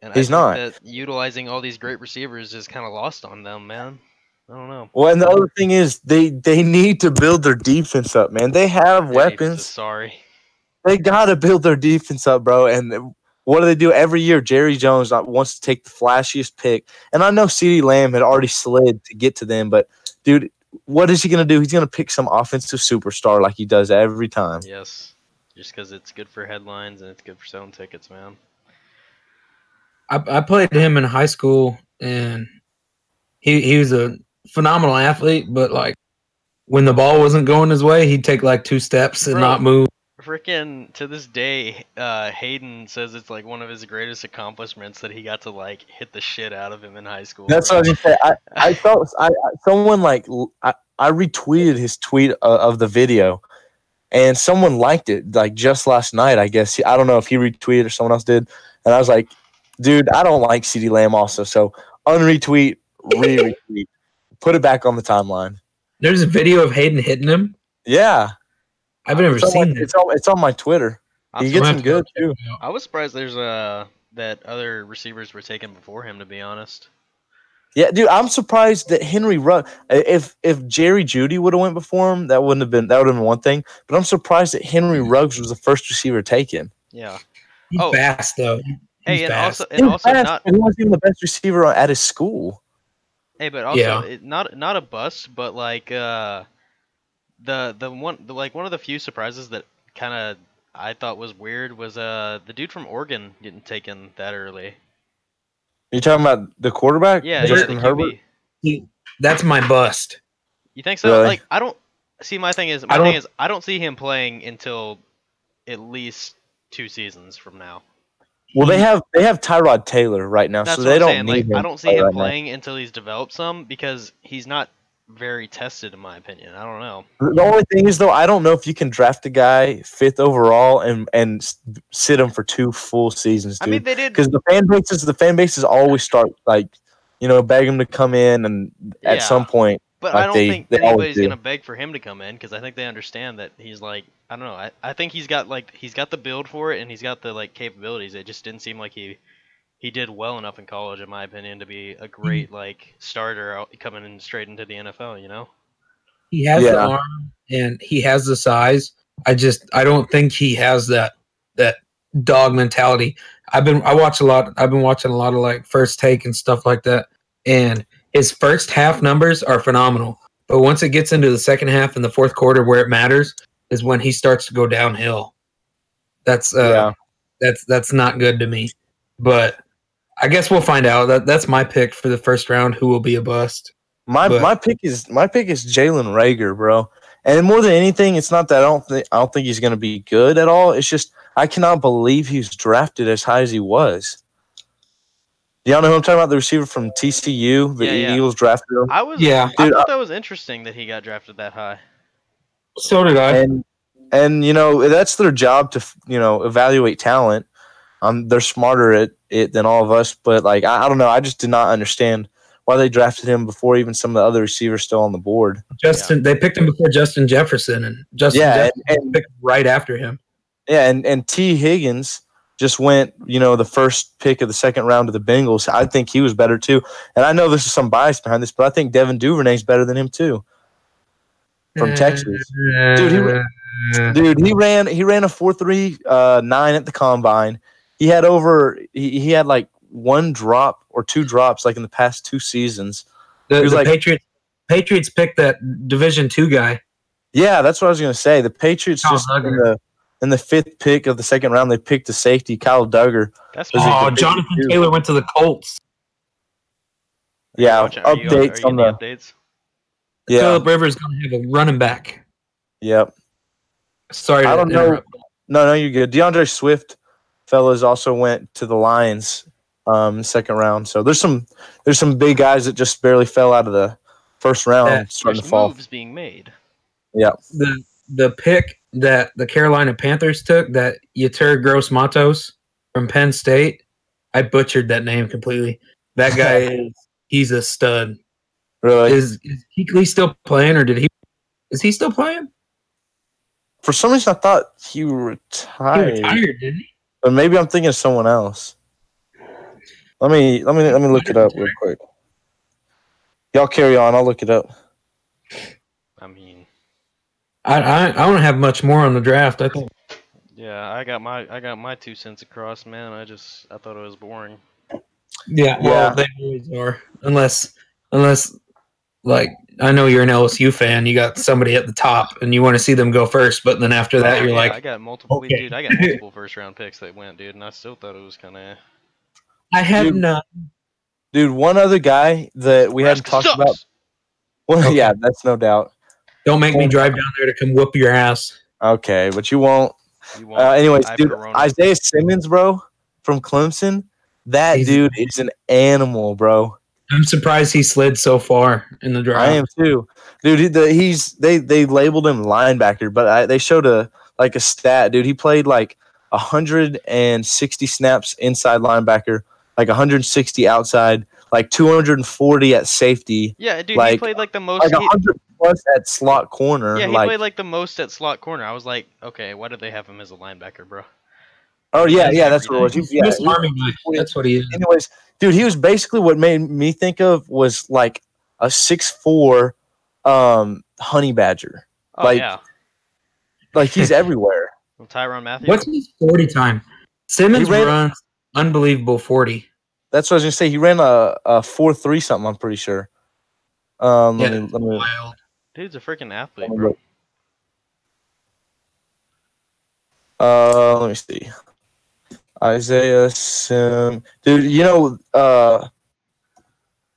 [SPEAKER 3] And I
[SPEAKER 2] He's
[SPEAKER 3] think
[SPEAKER 2] not.
[SPEAKER 3] That utilizing all these great receivers is kind of lost on them, man. I don't know.
[SPEAKER 2] Well, and the other thing is they they need to build their defense up, man. They have
[SPEAKER 3] Their defense is
[SPEAKER 2] weapons.
[SPEAKER 3] Sorry.
[SPEAKER 2] They gotta build their defense up, bro. And what do they do every year? Jerry Jones not wants to take the flashiest pick, and I know Ceedee Lamb had already slid to get to them, but dude, what is he gonna do? He's gonna pick some offensive superstar like he does every time.
[SPEAKER 3] Yes. Just because it's good for headlines and it's good for selling tickets, man.
[SPEAKER 1] I, I played him in high school, and he he was a phenomenal athlete. But like when the ball wasn't going his way, he'd take like two steps and
[SPEAKER 3] Bro.
[SPEAKER 1] not move.
[SPEAKER 3] Freaking to this day, uh, Hayden says it's like one of his greatest accomplishments that he got to like hit the shit out of him in high school.
[SPEAKER 2] That's
[SPEAKER 3] bro.
[SPEAKER 2] what I was gonna say. I, I felt I, I someone like l- I, I retweeted his tweet uh, of the video, and someone liked it like just last night. I guess I don't know if he retweeted or someone else did, and I was like, dude, I don't like CD Lamb also, so unretweet, re-retweet, put it back on the timeline.
[SPEAKER 1] There's a video of Hayden hitting him.
[SPEAKER 2] Yeah,
[SPEAKER 1] I've never
[SPEAKER 2] it's on,
[SPEAKER 1] seen
[SPEAKER 2] my,
[SPEAKER 1] this.
[SPEAKER 2] it's, on, it's on my Twitter.
[SPEAKER 3] I'm
[SPEAKER 2] He gets
[SPEAKER 1] surprised.
[SPEAKER 2] some good too.
[SPEAKER 3] I was surprised there's uh that other receivers were taken before him to be honest.
[SPEAKER 2] Yeah, dude, I'm surprised that Henry Ruggs. If if Jerry Judy would have went before him, that wouldn't have been that would have been one thing. But I'm surprised that Henry Ruggs was the first receiver taken.
[SPEAKER 3] Yeah.
[SPEAKER 1] He's
[SPEAKER 3] Oh.
[SPEAKER 1] fast though. He's
[SPEAKER 3] Hey, and
[SPEAKER 1] fast.
[SPEAKER 3] also and also
[SPEAKER 2] He was
[SPEAKER 3] not
[SPEAKER 2] fast, but he wasn't even the best receiver on- at his school.
[SPEAKER 3] Hey, but also
[SPEAKER 1] Yeah.
[SPEAKER 3] it, not not a bust, but like uh, the the one the, like one of the few surprises that kind of I thought was weird was uh the dude from Oregon getting taken that early.
[SPEAKER 2] You're talking about the quarterback?
[SPEAKER 3] Yeah, yeah,
[SPEAKER 2] Justin
[SPEAKER 3] the
[SPEAKER 2] Herbert.
[SPEAKER 3] QB.
[SPEAKER 1] That's my bust.
[SPEAKER 3] You think so?
[SPEAKER 2] Really?
[SPEAKER 3] Like I don't see my thing is my
[SPEAKER 1] I
[SPEAKER 3] thing
[SPEAKER 1] don't-
[SPEAKER 3] is I don't see him playing until at least two seasons from now.
[SPEAKER 2] Well, they have they have Tyrod Taylor right now,
[SPEAKER 3] That's
[SPEAKER 2] so
[SPEAKER 3] what
[SPEAKER 2] they
[SPEAKER 3] I'm
[SPEAKER 2] don't
[SPEAKER 3] saying.
[SPEAKER 2] need
[SPEAKER 3] Like
[SPEAKER 2] him
[SPEAKER 3] I don't see
[SPEAKER 2] right
[SPEAKER 3] him
[SPEAKER 2] now.
[SPEAKER 3] playing until he's developed some because he's not very tested in my opinion. I don't know.
[SPEAKER 2] The only thing is though, I don't know if you can draft a guy fifth overall and and s- sit him for two full seasons,
[SPEAKER 3] I mean
[SPEAKER 2] dude.
[SPEAKER 3] they did
[SPEAKER 2] Because the fan bases, the fan bases always start like, you know, beg him to come in, and
[SPEAKER 3] Yeah.
[SPEAKER 2] at some point,
[SPEAKER 3] But I
[SPEAKER 2] Like,
[SPEAKER 3] don't
[SPEAKER 2] they-
[SPEAKER 3] think
[SPEAKER 2] they always
[SPEAKER 3] anybody's
[SPEAKER 2] do.
[SPEAKER 3] gonna beg for him to come in because I think they understand that he's like I don't know. I, I think he's got like he's got the build for it and he's got the like capabilities. It just didn't seem like he he did well enough in college, in my opinion, to be a great
[SPEAKER 2] Mm.
[SPEAKER 3] like starter out coming in straight into the NFL. You know?
[SPEAKER 1] He has the
[SPEAKER 2] Yeah.
[SPEAKER 1] arm and he has the size. I just I don't think he has that that dog mentality. I've been I watch a lot. I've been watching a lot of like first take and stuff like that. And his first half numbers are phenomenal. But once it gets into the second half and the fourth quarter where it matters is when he starts to go downhill. That's uh
[SPEAKER 2] Yeah.
[SPEAKER 1] that's that's not good to me. But I guess we'll find out. That that's my pick for the first round who will be a bust.
[SPEAKER 2] my
[SPEAKER 1] But-
[SPEAKER 2] my pick is my pick is Jalen Rager, bro. And more than anything, it's not that I don't think I don't think he's gonna be good at all. It's just I cannot believe he was drafted as high as he was. Y'all know who I'm talking about? The receiver from TCU. The
[SPEAKER 3] Yeah, yeah.
[SPEAKER 2] Eagles drafted him.
[SPEAKER 3] I was
[SPEAKER 1] Yeah.
[SPEAKER 3] I
[SPEAKER 2] Dude, uh,
[SPEAKER 3] thought that was interesting that he got drafted that high.
[SPEAKER 1] So did I.
[SPEAKER 2] and and you know that's their job to you know evaluate talent. Um, they're smarter at it than all of us, but like I, I don't know, I just did not understand why they drafted him before even some of the other receivers still on the board.
[SPEAKER 1] Justin, they picked him before Justin Jefferson, and Justin
[SPEAKER 2] Yeah,
[SPEAKER 1] Jefferson picked right after him.
[SPEAKER 2] Yeah, and and T Higgins just went you know the first pick of the second round to the Bengals. I think he was better too, and I know there's some bias behind this, but I think Devin Duvernay's better than him too
[SPEAKER 1] Mm-hmm.
[SPEAKER 2] from Texas.
[SPEAKER 1] Dude,
[SPEAKER 2] he wa-
[SPEAKER 1] Uh,
[SPEAKER 2] dude he ran he ran a 4.39 uh, nine at the combine he had over he, he had like one drop or two drops like in the past two seasons
[SPEAKER 1] the,
[SPEAKER 2] he was
[SPEAKER 1] the
[SPEAKER 2] like-
[SPEAKER 1] Patriots. Patriots picked that Division Two guy.
[SPEAKER 2] yeah that's what i was going to say the patriots
[SPEAKER 1] Kyle
[SPEAKER 2] just in
[SPEAKER 1] Duggar.
[SPEAKER 2] the, in the fifth pick of the second round they picked a safety kyle duggar
[SPEAKER 3] That's
[SPEAKER 2] Was he
[SPEAKER 1] Oh,
[SPEAKER 2] Division
[SPEAKER 1] Jonathan
[SPEAKER 2] two?
[SPEAKER 1] Taylor went to the Colts.
[SPEAKER 2] yeah
[SPEAKER 3] Watch it. Are you- are
[SPEAKER 2] updates
[SPEAKER 3] you
[SPEAKER 2] on
[SPEAKER 3] in
[SPEAKER 2] the
[SPEAKER 3] updates.
[SPEAKER 2] yeah
[SPEAKER 1] Philip Rivers going to have a running back.
[SPEAKER 2] yep
[SPEAKER 1] Sorry,
[SPEAKER 2] I don't
[SPEAKER 1] to
[SPEAKER 2] know.
[SPEAKER 1] interrupt.
[SPEAKER 2] no no you're good deandre swift fellas also went to the lions um second round so there's some there's some big guys that just barely fell out of the first round
[SPEAKER 1] Yeah,
[SPEAKER 2] starting to
[SPEAKER 3] There's
[SPEAKER 2] fall
[SPEAKER 3] moves being made.
[SPEAKER 1] the the pick that the Carolina Panthers took that Yeter Gross Matos from Penn State. I butchered that name completely. That guy is he's a stud.
[SPEAKER 2] really
[SPEAKER 1] Is is Keekly still playing or did he is he still playing?
[SPEAKER 2] For some reason, I thought he
[SPEAKER 1] He
[SPEAKER 2] retired,
[SPEAKER 1] retired, didn't he?
[SPEAKER 2] but maybe I'm thinking of someone else. Let me let me let me look it up real quick. Y'all carry on. I'll look it up.
[SPEAKER 3] I mean,
[SPEAKER 1] I, I I don't have much more on the draft. I think
[SPEAKER 3] yeah, I got my I got my two cents across, man. I just I thought it was boring.
[SPEAKER 1] Yeah,
[SPEAKER 2] Yeah.
[SPEAKER 1] well they always are. Unless unless like I know you're an LSU fan, you got somebody at the top and you want to see them go first, but then after that
[SPEAKER 3] Oh,
[SPEAKER 1] you're
[SPEAKER 3] yeah,
[SPEAKER 1] like
[SPEAKER 3] I got multiple,
[SPEAKER 1] okay.
[SPEAKER 3] dude. I got multiple first round picks that went, dude, and I still thought it was kind of.
[SPEAKER 1] I have
[SPEAKER 2] Dude,
[SPEAKER 1] none.
[SPEAKER 2] Dude, one other guy that we haven't talked about. Well,
[SPEAKER 1] Okay.
[SPEAKER 2] yeah, that's no doubt.
[SPEAKER 1] Don't make me drive down there to come whoop your ass.
[SPEAKER 2] Okay, but you won't.
[SPEAKER 3] You won't.
[SPEAKER 2] Uh, anyways,
[SPEAKER 3] I have
[SPEAKER 2] dude,
[SPEAKER 3] Corona.
[SPEAKER 2] Isaiah Simmons, bro, from Clemson. That
[SPEAKER 1] He's-
[SPEAKER 2] dude is an animal, bro.
[SPEAKER 1] I'm surprised he slid so far in the draft.
[SPEAKER 2] I am too, dude. he- The, he's they they labeled him linebacker, but I, they showed a like a stat, dude. He played like 160 snaps inside linebacker, like 160 outside, like 240 at safety,
[SPEAKER 3] yeah, dude, he
[SPEAKER 2] like-
[SPEAKER 3] played like the most.
[SPEAKER 2] like
[SPEAKER 3] he-
[SPEAKER 2] 100 plus at slot corner.
[SPEAKER 3] yeah, he
[SPEAKER 2] like,
[SPEAKER 3] played like the most at slot corner. I was like, okay, why did they have him as a linebacker, bro?
[SPEAKER 2] oh yeah,
[SPEAKER 3] like
[SPEAKER 2] yeah, that's what it was.
[SPEAKER 3] every
[SPEAKER 2] He, yeah,
[SPEAKER 1] Swiss
[SPEAKER 2] he-
[SPEAKER 1] Army knife. That's what he is.
[SPEAKER 2] anyways, dude, he was basically what made me think of was like a six four um, honey badger.
[SPEAKER 3] Oh
[SPEAKER 2] Like-
[SPEAKER 3] yeah,
[SPEAKER 2] Like he's everywhere.
[SPEAKER 3] well, Tyron Matthew.
[SPEAKER 1] What's his 40 time? Simmons
[SPEAKER 2] He ran-
[SPEAKER 1] runs unbelievable 40.
[SPEAKER 2] That's what I was gonna say. He ran a, a four three something. I'm pretty sure. Um,
[SPEAKER 1] Yeah.
[SPEAKER 2] let me, let me,
[SPEAKER 1] Wild.
[SPEAKER 3] Dude's a freaking
[SPEAKER 2] let
[SPEAKER 3] athlete,
[SPEAKER 2] me
[SPEAKER 3] bro.
[SPEAKER 2] look. Uh, let me see. Isaiah Sim, dude. You know, uh,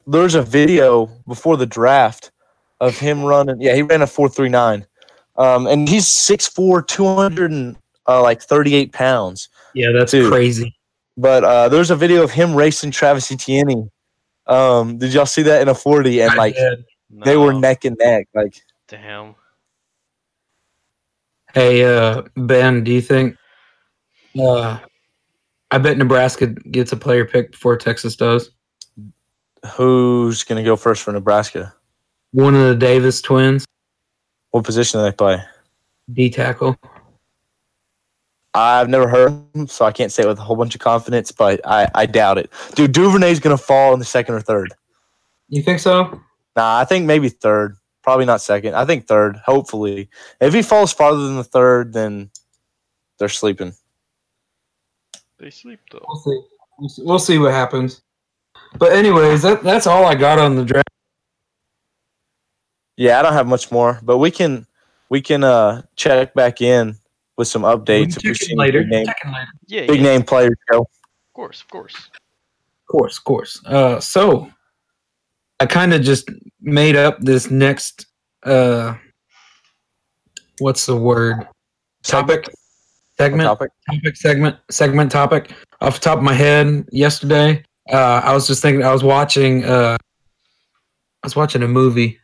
[SPEAKER 2] there's a video before the draft of him running. Yeah, he ran a four three nine, um, and he's 6'4", 200 and uh, like thirty eight pounds.
[SPEAKER 1] Yeah, that's
[SPEAKER 2] Dude.
[SPEAKER 1] crazy.
[SPEAKER 2] But uh, there's a video of him racing Travis Etienne. Um, did y'all see that in a 40? And
[SPEAKER 1] I
[SPEAKER 2] like
[SPEAKER 1] did.
[SPEAKER 2] they were
[SPEAKER 3] No,
[SPEAKER 2] neck and neck. Like
[SPEAKER 3] Damn.
[SPEAKER 1] Hey, uh, Ben, do you think? Uh, I bet Nebraska gets a player pick before Texas does.
[SPEAKER 2] who's gonna go first for Nebraska?
[SPEAKER 1] One of the Davis twins,
[SPEAKER 2] What position do they play?
[SPEAKER 1] D tackle.
[SPEAKER 2] I've never heard of him, so I can't say it with a whole bunch of confidence, but I, I doubt it. Dude, Duvernay's gonna fall in the second or third.
[SPEAKER 1] You think so?
[SPEAKER 2] Nah, I think maybe third. Probably not second. I think third, hopefully. If he falls farther than the third, then they're sleeping.
[SPEAKER 3] They sleep though.
[SPEAKER 1] We'll see. We'll see, we'll see what happens. But anyways, that, that's all I got on the draft.
[SPEAKER 2] Yeah, I don't have much more, but we can we can uh check back in with some
[SPEAKER 1] We
[SPEAKER 2] updates
[SPEAKER 1] can
[SPEAKER 2] if we
[SPEAKER 1] check
[SPEAKER 2] see
[SPEAKER 1] in later.
[SPEAKER 2] big name,
[SPEAKER 1] Check in later.
[SPEAKER 3] Yeah,
[SPEAKER 2] big
[SPEAKER 3] yeah,
[SPEAKER 2] name players go.
[SPEAKER 3] Of course, of course.
[SPEAKER 1] course, course. Uh, so I kind of just made up this next. Uh, what's the word? Topic segment
[SPEAKER 2] Topic.
[SPEAKER 1] topic segment segment topic off the top of my head yesterday uh, i was just thinking i was watching uh, i was watching a movie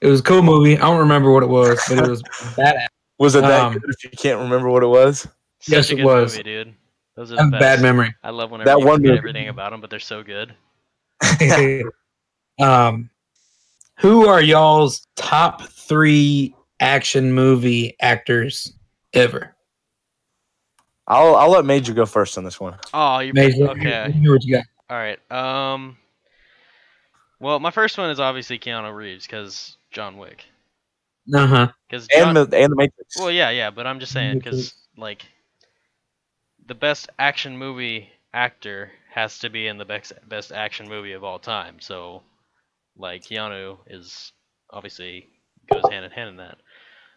[SPEAKER 1] it was a cool movie i don't remember what it was but it was badass
[SPEAKER 2] Was it that
[SPEAKER 1] Um,
[SPEAKER 2] good if you can't remember what it was?
[SPEAKER 3] Such
[SPEAKER 1] Yes,
[SPEAKER 3] a
[SPEAKER 1] it
[SPEAKER 3] good
[SPEAKER 1] was.
[SPEAKER 3] Movie, dude. Those are
[SPEAKER 1] I
[SPEAKER 3] the
[SPEAKER 1] have
[SPEAKER 3] best.
[SPEAKER 1] bad memory
[SPEAKER 3] I love whenever
[SPEAKER 2] That
[SPEAKER 3] you
[SPEAKER 2] one
[SPEAKER 3] forget
[SPEAKER 2] movie-
[SPEAKER 3] everything about them, but they're so good.
[SPEAKER 1] um who are y'all's top three action movie actors ever
[SPEAKER 2] I'll I'll let Major go first on this one.
[SPEAKER 3] Oh, you
[SPEAKER 1] Major,
[SPEAKER 3] okay?
[SPEAKER 1] you know what you got.
[SPEAKER 3] All right. Um. Well, my first one is obviously Keanu Reeves because John Wick.
[SPEAKER 1] uh-huh
[SPEAKER 3] Because
[SPEAKER 2] And the and the Matrix.
[SPEAKER 3] Well, yeah, yeah, but I'm just saying because like the best action movie actor has to be in the best best action movie of all time. So like Keanu is obviously goes hand in hand in that.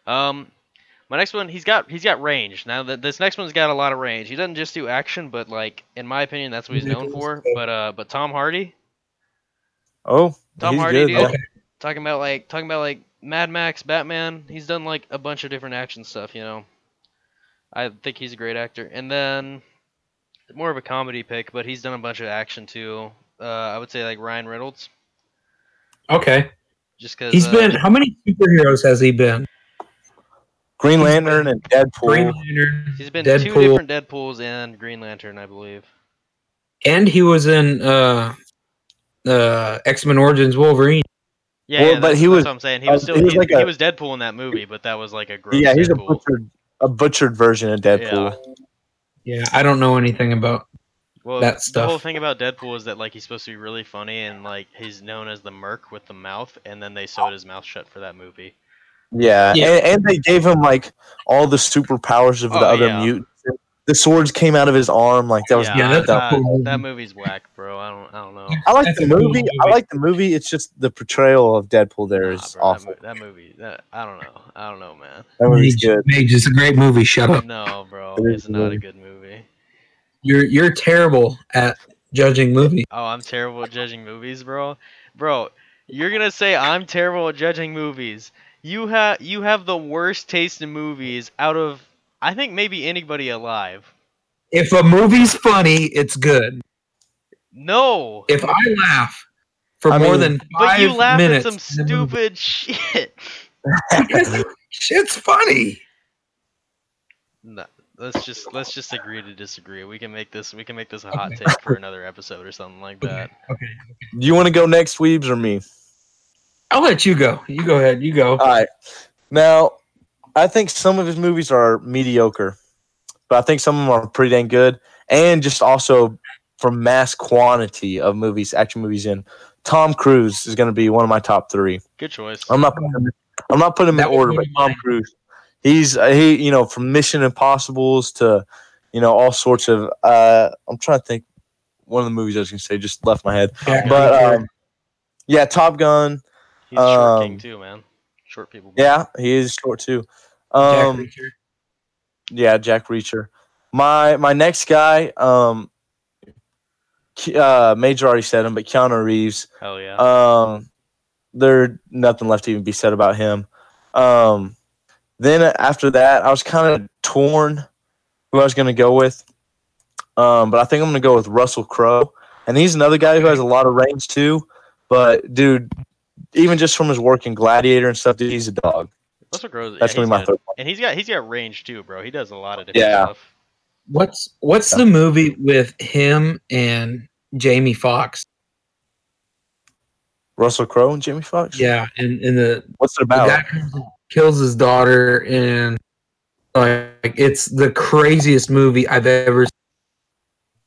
[SPEAKER 3] Um, my next one, he's got he's got range. Now that this next one's got a lot of range. He doesn't just do action, but like in my opinion, that's what he's known for. But uh, but Tom Hardy,
[SPEAKER 2] Oh,
[SPEAKER 3] Tom
[SPEAKER 2] he's good.
[SPEAKER 3] Hardy, dude.
[SPEAKER 2] yeah.
[SPEAKER 3] Talking about like talking about like Mad Max, Batman. He's done like a bunch of different action stuff, you know. I think he's a great actor. And then more of a comedy pick, but he's done a bunch of action too. Uh, I would say like Ryan Reynolds,
[SPEAKER 1] okay
[SPEAKER 3] just uh, because
[SPEAKER 1] he's been how many superheroes has he been
[SPEAKER 2] Green
[SPEAKER 1] He's
[SPEAKER 2] Lantern and Deadpool.
[SPEAKER 1] Green Lantern,
[SPEAKER 3] He's been two
[SPEAKER 1] Deadpool.
[SPEAKER 3] different Deadpool's and Green Lantern, I believe.
[SPEAKER 1] and he was in uh uh x-men origins wolverine
[SPEAKER 3] Yeah,
[SPEAKER 2] Well,
[SPEAKER 3] yeah
[SPEAKER 2] but
[SPEAKER 3] that's,
[SPEAKER 2] he
[SPEAKER 3] that's
[SPEAKER 2] was-
[SPEAKER 3] what I'm saying. He
[SPEAKER 2] uh,
[SPEAKER 3] was still
[SPEAKER 2] he
[SPEAKER 3] he
[SPEAKER 2] was
[SPEAKER 3] was,
[SPEAKER 2] like
[SPEAKER 3] he,
[SPEAKER 2] a-
[SPEAKER 3] was Deadpool in that movie, but that was like a gross.
[SPEAKER 2] yeah, he's a
[SPEAKER 3] Deadpool.
[SPEAKER 2] butchered a butchered version of Deadpool.
[SPEAKER 1] yeah i don't know anything about
[SPEAKER 3] Well,
[SPEAKER 1] that
[SPEAKER 3] the whole
[SPEAKER 1] stuff.
[SPEAKER 3] thing about Deadpool is that like he's supposed to be really funny and like he's known as the Merc with the mouth, and then they sewed his mouth shut for that movie.
[SPEAKER 2] Yeah,
[SPEAKER 1] Yeah.
[SPEAKER 2] And, and they gave him like all the superpowers of the
[SPEAKER 3] Oh,
[SPEAKER 2] other
[SPEAKER 3] yeah.
[SPEAKER 2] mutants. The swords came out of his arm, like that was
[SPEAKER 3] yeah,
[SPEAKER 1] yeah, that's a
[SPEAKER 3] uh,
[SPEAKER 1] cool movie.
[SPEAKER 3] that movie's whack, bro. I don't, I don't know.
[SPEAKER 2] I like
[SPEAKER 1] That's
[SPEAKER 2] the
[SPEAKER 1] a cool
[SPEAKER 2] movie. I
[SPEAKER 1] movie.
[SPEAKER 2] like the movie. It's just the portrayal of Deadpool there is
[SPEAKER 3] Nah, bro,
[SPEAKER 2] awful.
[SPEAKER 3] That, mo- that movie, that, I don't know. I don't know, man.
[SPEAKER 2] That movie's
[SPEAKER 1] Mage,
[SPEAKER 2] good.
[SPEAKER 1] Mage is a great movie. Shut up.
[SPEAKER 3] No, bro,
[SPEAKER 2] It is
[SPEAKER 3] it's
[SPEAKER 2] a
[SPEAKER 3] not
[SPEAKER 2] movie.
[SPEAKER 3] a good movie.
[SPEAKER 1] You're you're terrible at judging movies.
[SPEAKER 3] Oh, I'm terrible at judging movies, bro. Bro, you're gonna say I'm terrible at judging movies. You have you have the worst taste in movies out of I think maybe anybody alive.
[SPEAKER 1] If a movie's funny, it's good.
[SPEAKER 3] No.
[SPEAKER 1] If I laugh for
[SPEAKER 2] I
[SPEAKER 1] more
[SPEAKER 2] mean-
[SPEAKER 1] than five
[SPEAKER 3] But you laugh at
[SPEAKER 1] minutes,
[SPEAKER 3] some
[SPEAKER 1] in a movie-
[SPEAKER 3] stupid shit.
[SPEAKER 1] shit's funny.
[SPEAKER 3] No, let's just let's just agree to disagree. We can make this we can make this a hot take for another episode or something like that.
[SPEAKER 1] Okay,
[SPEAKER 2] Do you want to go next, Weebs, or me?
[SPEAKER 1] I'll let you go. You go ahead. You go.
[SPEAKER 2] All right. Now, I think some of his movies are mediocre, but I think some of them are pretty dang good. And just also from mass quantity of movies, action movies in, Tom Cruise is going to be one of my top three.
[SPEAKER 3] Good choice.
[SPEAKER 2] I'm not putting him, I'm not putting him in
[SPEAKER 1] That was
[SPEAKER 2] order,
[SPEAKER 1] one
[SPEAKER 2] but
[SPEAKER 1] of
[SPEAKER 2] Tom
[SPEAKER 1] mine.
[SPEAKER 2] Cruise. He's uh, he, you know, from Mission Impossibles to, you know, all sorts of. Uh, I'm trying to think. One of the movies I was going to say just left my head
[SPEAKER 1] Jack
[SPEAKER 2] but
[SPEAKER 1] Bauer.
[SPEAKER 2] um, yeah, Top Gun.
[SPEAKER 3] He's a short king
[SPEAKER 2] Um,
[SPEAKER 3] too, man. Short people. bro.
[SPEAKER 2] Yeah, he is short too.
[SPEAKER 1] Jack
[SPEAKER 2] Um,
[SPEAKER 1] Reacher.
[SPEAKER 2] Yeah, Jack Reacher. My my next guy, um, Ke- uh, Major already said him, but Keanu Reeves.
[SPEAKER 3] Hell yeah.
[SPEAKER 2] Um, there nothing left to even be said about him. Um, then after that, I was kind of torn who I was going to go with. Um, but I think I'm going to go with Russell Crowe, and he's another guy who has a lot of range too. But dude, even just from his work in Gladiator and stuff, dude, he's a dog.
[SPEAKER 3] Russell Crowe.
[SPEAKER 2] That's
[SPEAKER 3] yeah,
[SPEAKER 2] gonna
[SPEAKER 3] he's
[SPEAKER 2] be my
[SPEAKER 3] good.
[SPEAKER 2] third one.
[SPEAKER 3] And he's got he's got range too, bro. He does a lot of different
[SPEAKER 2] Yeah.
[SPEAKER 3] stuff.
[SPEAKER 1] What's what's the movie with him and Jamie Foxx?
[SPEAKER 2] Russell Crowe and Jimmy Fox.
[SPEAKER 1] Yeah, and and the,
[SPEAKER 2] what's it
[SPEAKER 1] the
[SPEAKER 2] about?
[SPEAKER 1] guy kills his daughter, and like it's the craziest movie I've ever. seen.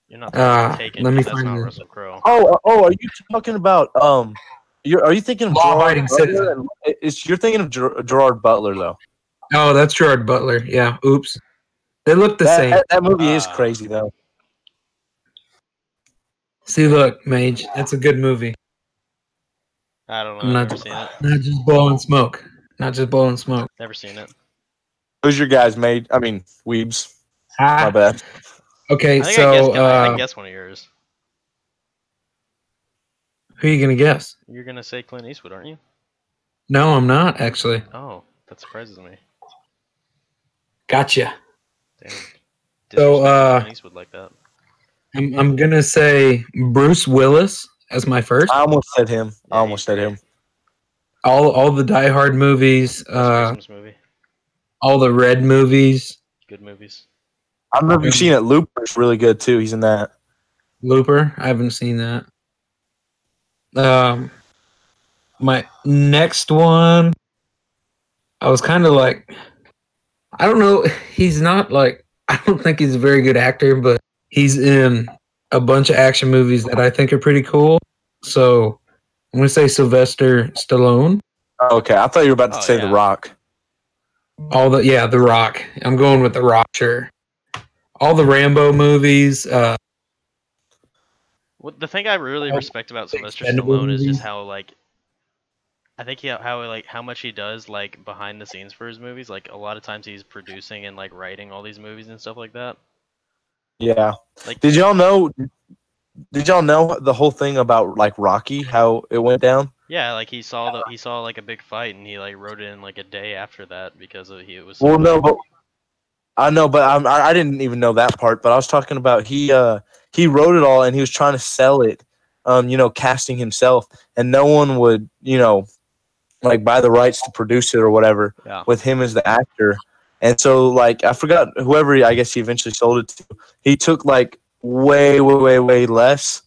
[SPEAKER 3] You're not
[SPEAKER 1] Uh,
[SPEAKER 3] taking.
[SPEAKER 1] let me
[SPEAKER 3] that's
[SPEAKER 1] find
[SPEAKER 3] not
[SPEAKER 1] the-
[SPEAKER 3] Russell Crowe.
[SPEAKER 2] Oh, uh, oh, are you talking about um? You're, are you thinking of
[SPEAKER 1] Law-abiding
[SPEAKER 2] Gerard Butler?
[SPEAKER 1] citizen.
[SPEAKER 2] It's, you're thinking of Ger- Gerard Butler though.
[SPEAKER 1] Oh, that's Gerard Butler. Yeah, oops, they look the
[SPEAKER 2] that,
[SPEAKER 1] same.
[SPEAKER 2] That, that movie is
[SPEAKER 3] Ah.
[SPEAKER 2] crazy though.
[SPEAKER 1] See, look, Mage, that's a good movie.
[SPEAKER 3] I don't know.
[SPEAKER 1] I'm
[SPEAKER 3] I've
[SPEAKER 1] not,
[SPEAKER 3] never seen it.
[SPEAKER 1] not just blowing smoke. Not just blowing smoke.
[SPEAKER 3] Never seen it.
[SPEAKER 2] Who's your guys made? I mean, Weebs.
[SPEAKER 1] Ah,
[SPEAKER 2] My bad.
[SPEAKER 1] Okay,
[SPEAKER 3] I think I,
[SPEAKER 1] so
[SPEAKER 3] guessed, I,
[SPEAKER 1] uh,
[SPEAKER 3] I guess one of yours.
[SPEAKER 1] who are you gonna guess?
[SPEAKER 3] You're gonna say Clint Eastwood, aren't you?
[SPEAKER 1] No, I'm not actually.
[SPEAKER 3] Oh, that surprises me.
[SPEAKER 1] Gotcha.
[SPEAKER 3] Damn.
[SPEAKER 1] So,
[SPEAKER 3] Disrespecting
[SPEAKER 1] uh,
[SPEAKER 3] Clint Eastwood like that.
[SPEAKER 1] I'm I'm gonna say Bruce Willis as my first.
[SPEAKER 2] I
[SPEAKER 3] Ah.
[SPEAKER 2] almost said him. I
[SPEAKER 3] Yeah,
[SPEAKER 2] almost
[SPEAKER 3] he's
[SPEAKER 2] said him.
[SPEAKER 1] All all the Die Hard movies,
[SPEAKER 3] It's a
[SPEAKER 1] uh,
[SPEAKER 3] Christmas movie.
[SPEAKER 1] all the Red movies,
[SPEAKER 3] Good movies.
[SPEAKER 2] I don't know if you've seen it. Looper's really good too. He's in that.
[SPEAKER 1] Looper. I haven't seen that. Um, my next one, I was kind of like, I don't know. He's not like I don't think he's a very good actor, but he's in a bunch of action movies that I think are pretty cool. So I'm gonna say Sylvester Stallone.
[SPEAKER 2] Oh, okay, I thought you were about to
[SPEAKER 3] Oh,
[SPEAKER 2] say
[SPEAKER 3] yeah.
[SPEAKER 2] The Rock.
[SPEAKER 1] All the yeah, The Rock. I'm going with The Rock. Sure. All the Rambo movies. Uh,
[SPEAKER 3] Well, the thing I really
[SPEAKER 1] Oh,
[SPEAKER 3] respect about
[SPEAKER 1] the
[SPEAKER 3] Sylvester
[SPEAKER 1] Expendables
[SPEAKER 3] Stallone is just
[SPEAKER 1] movies.
[SPEAKER 3] how like, I think he how like how much he does like behind the scenes for his movies. Like a lot of times he's producing and like writing all these movies and stuff like that.
[SPEAKER 2] Yeah.
[SPEAKER 3] Like
[SPEAKER 2] Did y'all know? Did y'all know the whole thing about like Rocky? How it went down?
[SPEAKER 3] yeah, like he saw the he saw like a big fight and he like wrote it in like a day after that because of he it was. so-
[SPEAKER 2] Well, no, but I know, but I'm, I I didn't even know that part. But I was talking about he uh he wrote it all and he was trying to sell it, um you know casting himself and no one would you know like buy the rights to produce it or whatever
[SPEAKER 3] Yeah.
[SPEAKER 2] with him as the actor, and so like I forgot whoever I guess he eventually sold it to. He took like way way way way less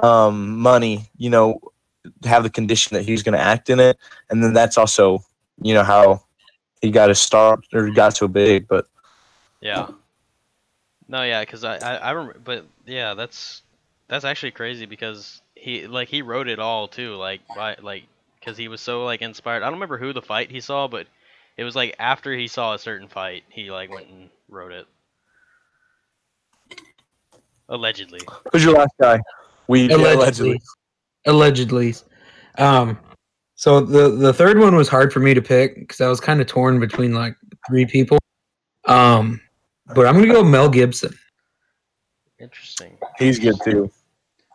[SPEAKER 2] um money you know to have the condition that he was going to act in it and then that's also you know how he got his start or got so big but
[SPEAKER 3] Yeah. No, yeah, because I, I, I remember, but yeah, that's that's actually crazy because he like he wrote it all too, like by like because he was so like inspired. I don't remember who the fight he saw, but it was like after he saw a certain fight, he like went and wrote it. Allegedly,
[SPEAKER 2] Who's your last guy? We allegedly.
[SPEAKER 1] allegedly. Allegedly. Um, so the the third one was hard for me to pick because I was kind of torn between like three people. Um, but I'm gonna go Mel Gibson.
[SPEAKER 3] interesting.
[SPEAKER 2] He's good too.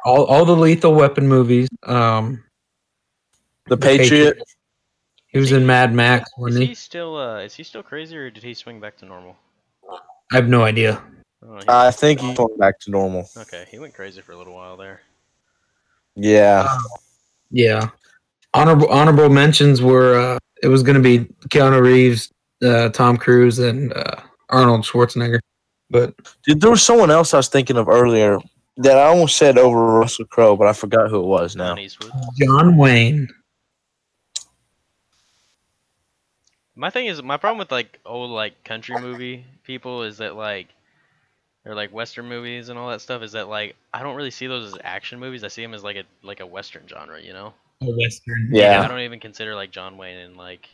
[SPEAKER 1] All all the Lethal Weapon movies. Um,
[SPEAKER 2] The
[SPEAKER 1] The Patriot.
[SPEAKER 2] Patriot.
[SPEAKER 1] he was in Mad Max,
[SPEAKER 3] Is
[SPEAKER 1] wasn't
[SPEAKER 3] he
[SPEAKER 1] he?
[SPEAKER 3] still uh is he still crazy or did he swing back to normal?
[SPEAKER 1] I have no idea.
[SPEAKER 3] I don't know, he-
[SPEAKER 2] I think he's going back to normal.
[SPEAKER 3] okay, he went crazy for a little while there.
[SPEAKER 2] Yeah.
[SPEAKER 1] Yeah. Honorable honorable mentions were uh, it was going to be Keanu Reeves, uh, Tom Cruise, and uh, Arnold Schwarzenegger. But
[SPEAKER 2] Dude, there was someone else I was thinking of earlier that I almost said over Russell Crowe, but I forgot who it was now.
[SPEAKER 3] Clint Eastwood.
[SPEAKER 1] John Wayne,
[SPEAKER 3] My thing is, my problem with like old like country movie people is that like, or like western movies and all that stuff is that like I don't really see those as action movies. I see them as like a like a western genre, you know.
[SPEAKER 1] a Western.
[SPEAKER 2] Yeah.
[SPEAKER 3] I don't even consider like John Wayne and like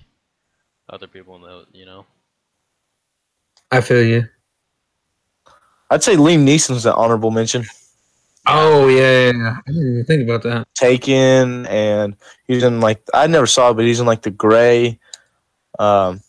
[SPEAKER 3] other people in the you know.
[SPEAKER 1] I feel you.
[SPEAKER 2] I'd say Liam Neeson's an honorable mention.
[SPEAKER 1] Oh yeah, yeah, yeah. I didn't even think about that.
[SPEAKER 2] Taken, and he's in like I never saw, it, but he's in like the gray. Um,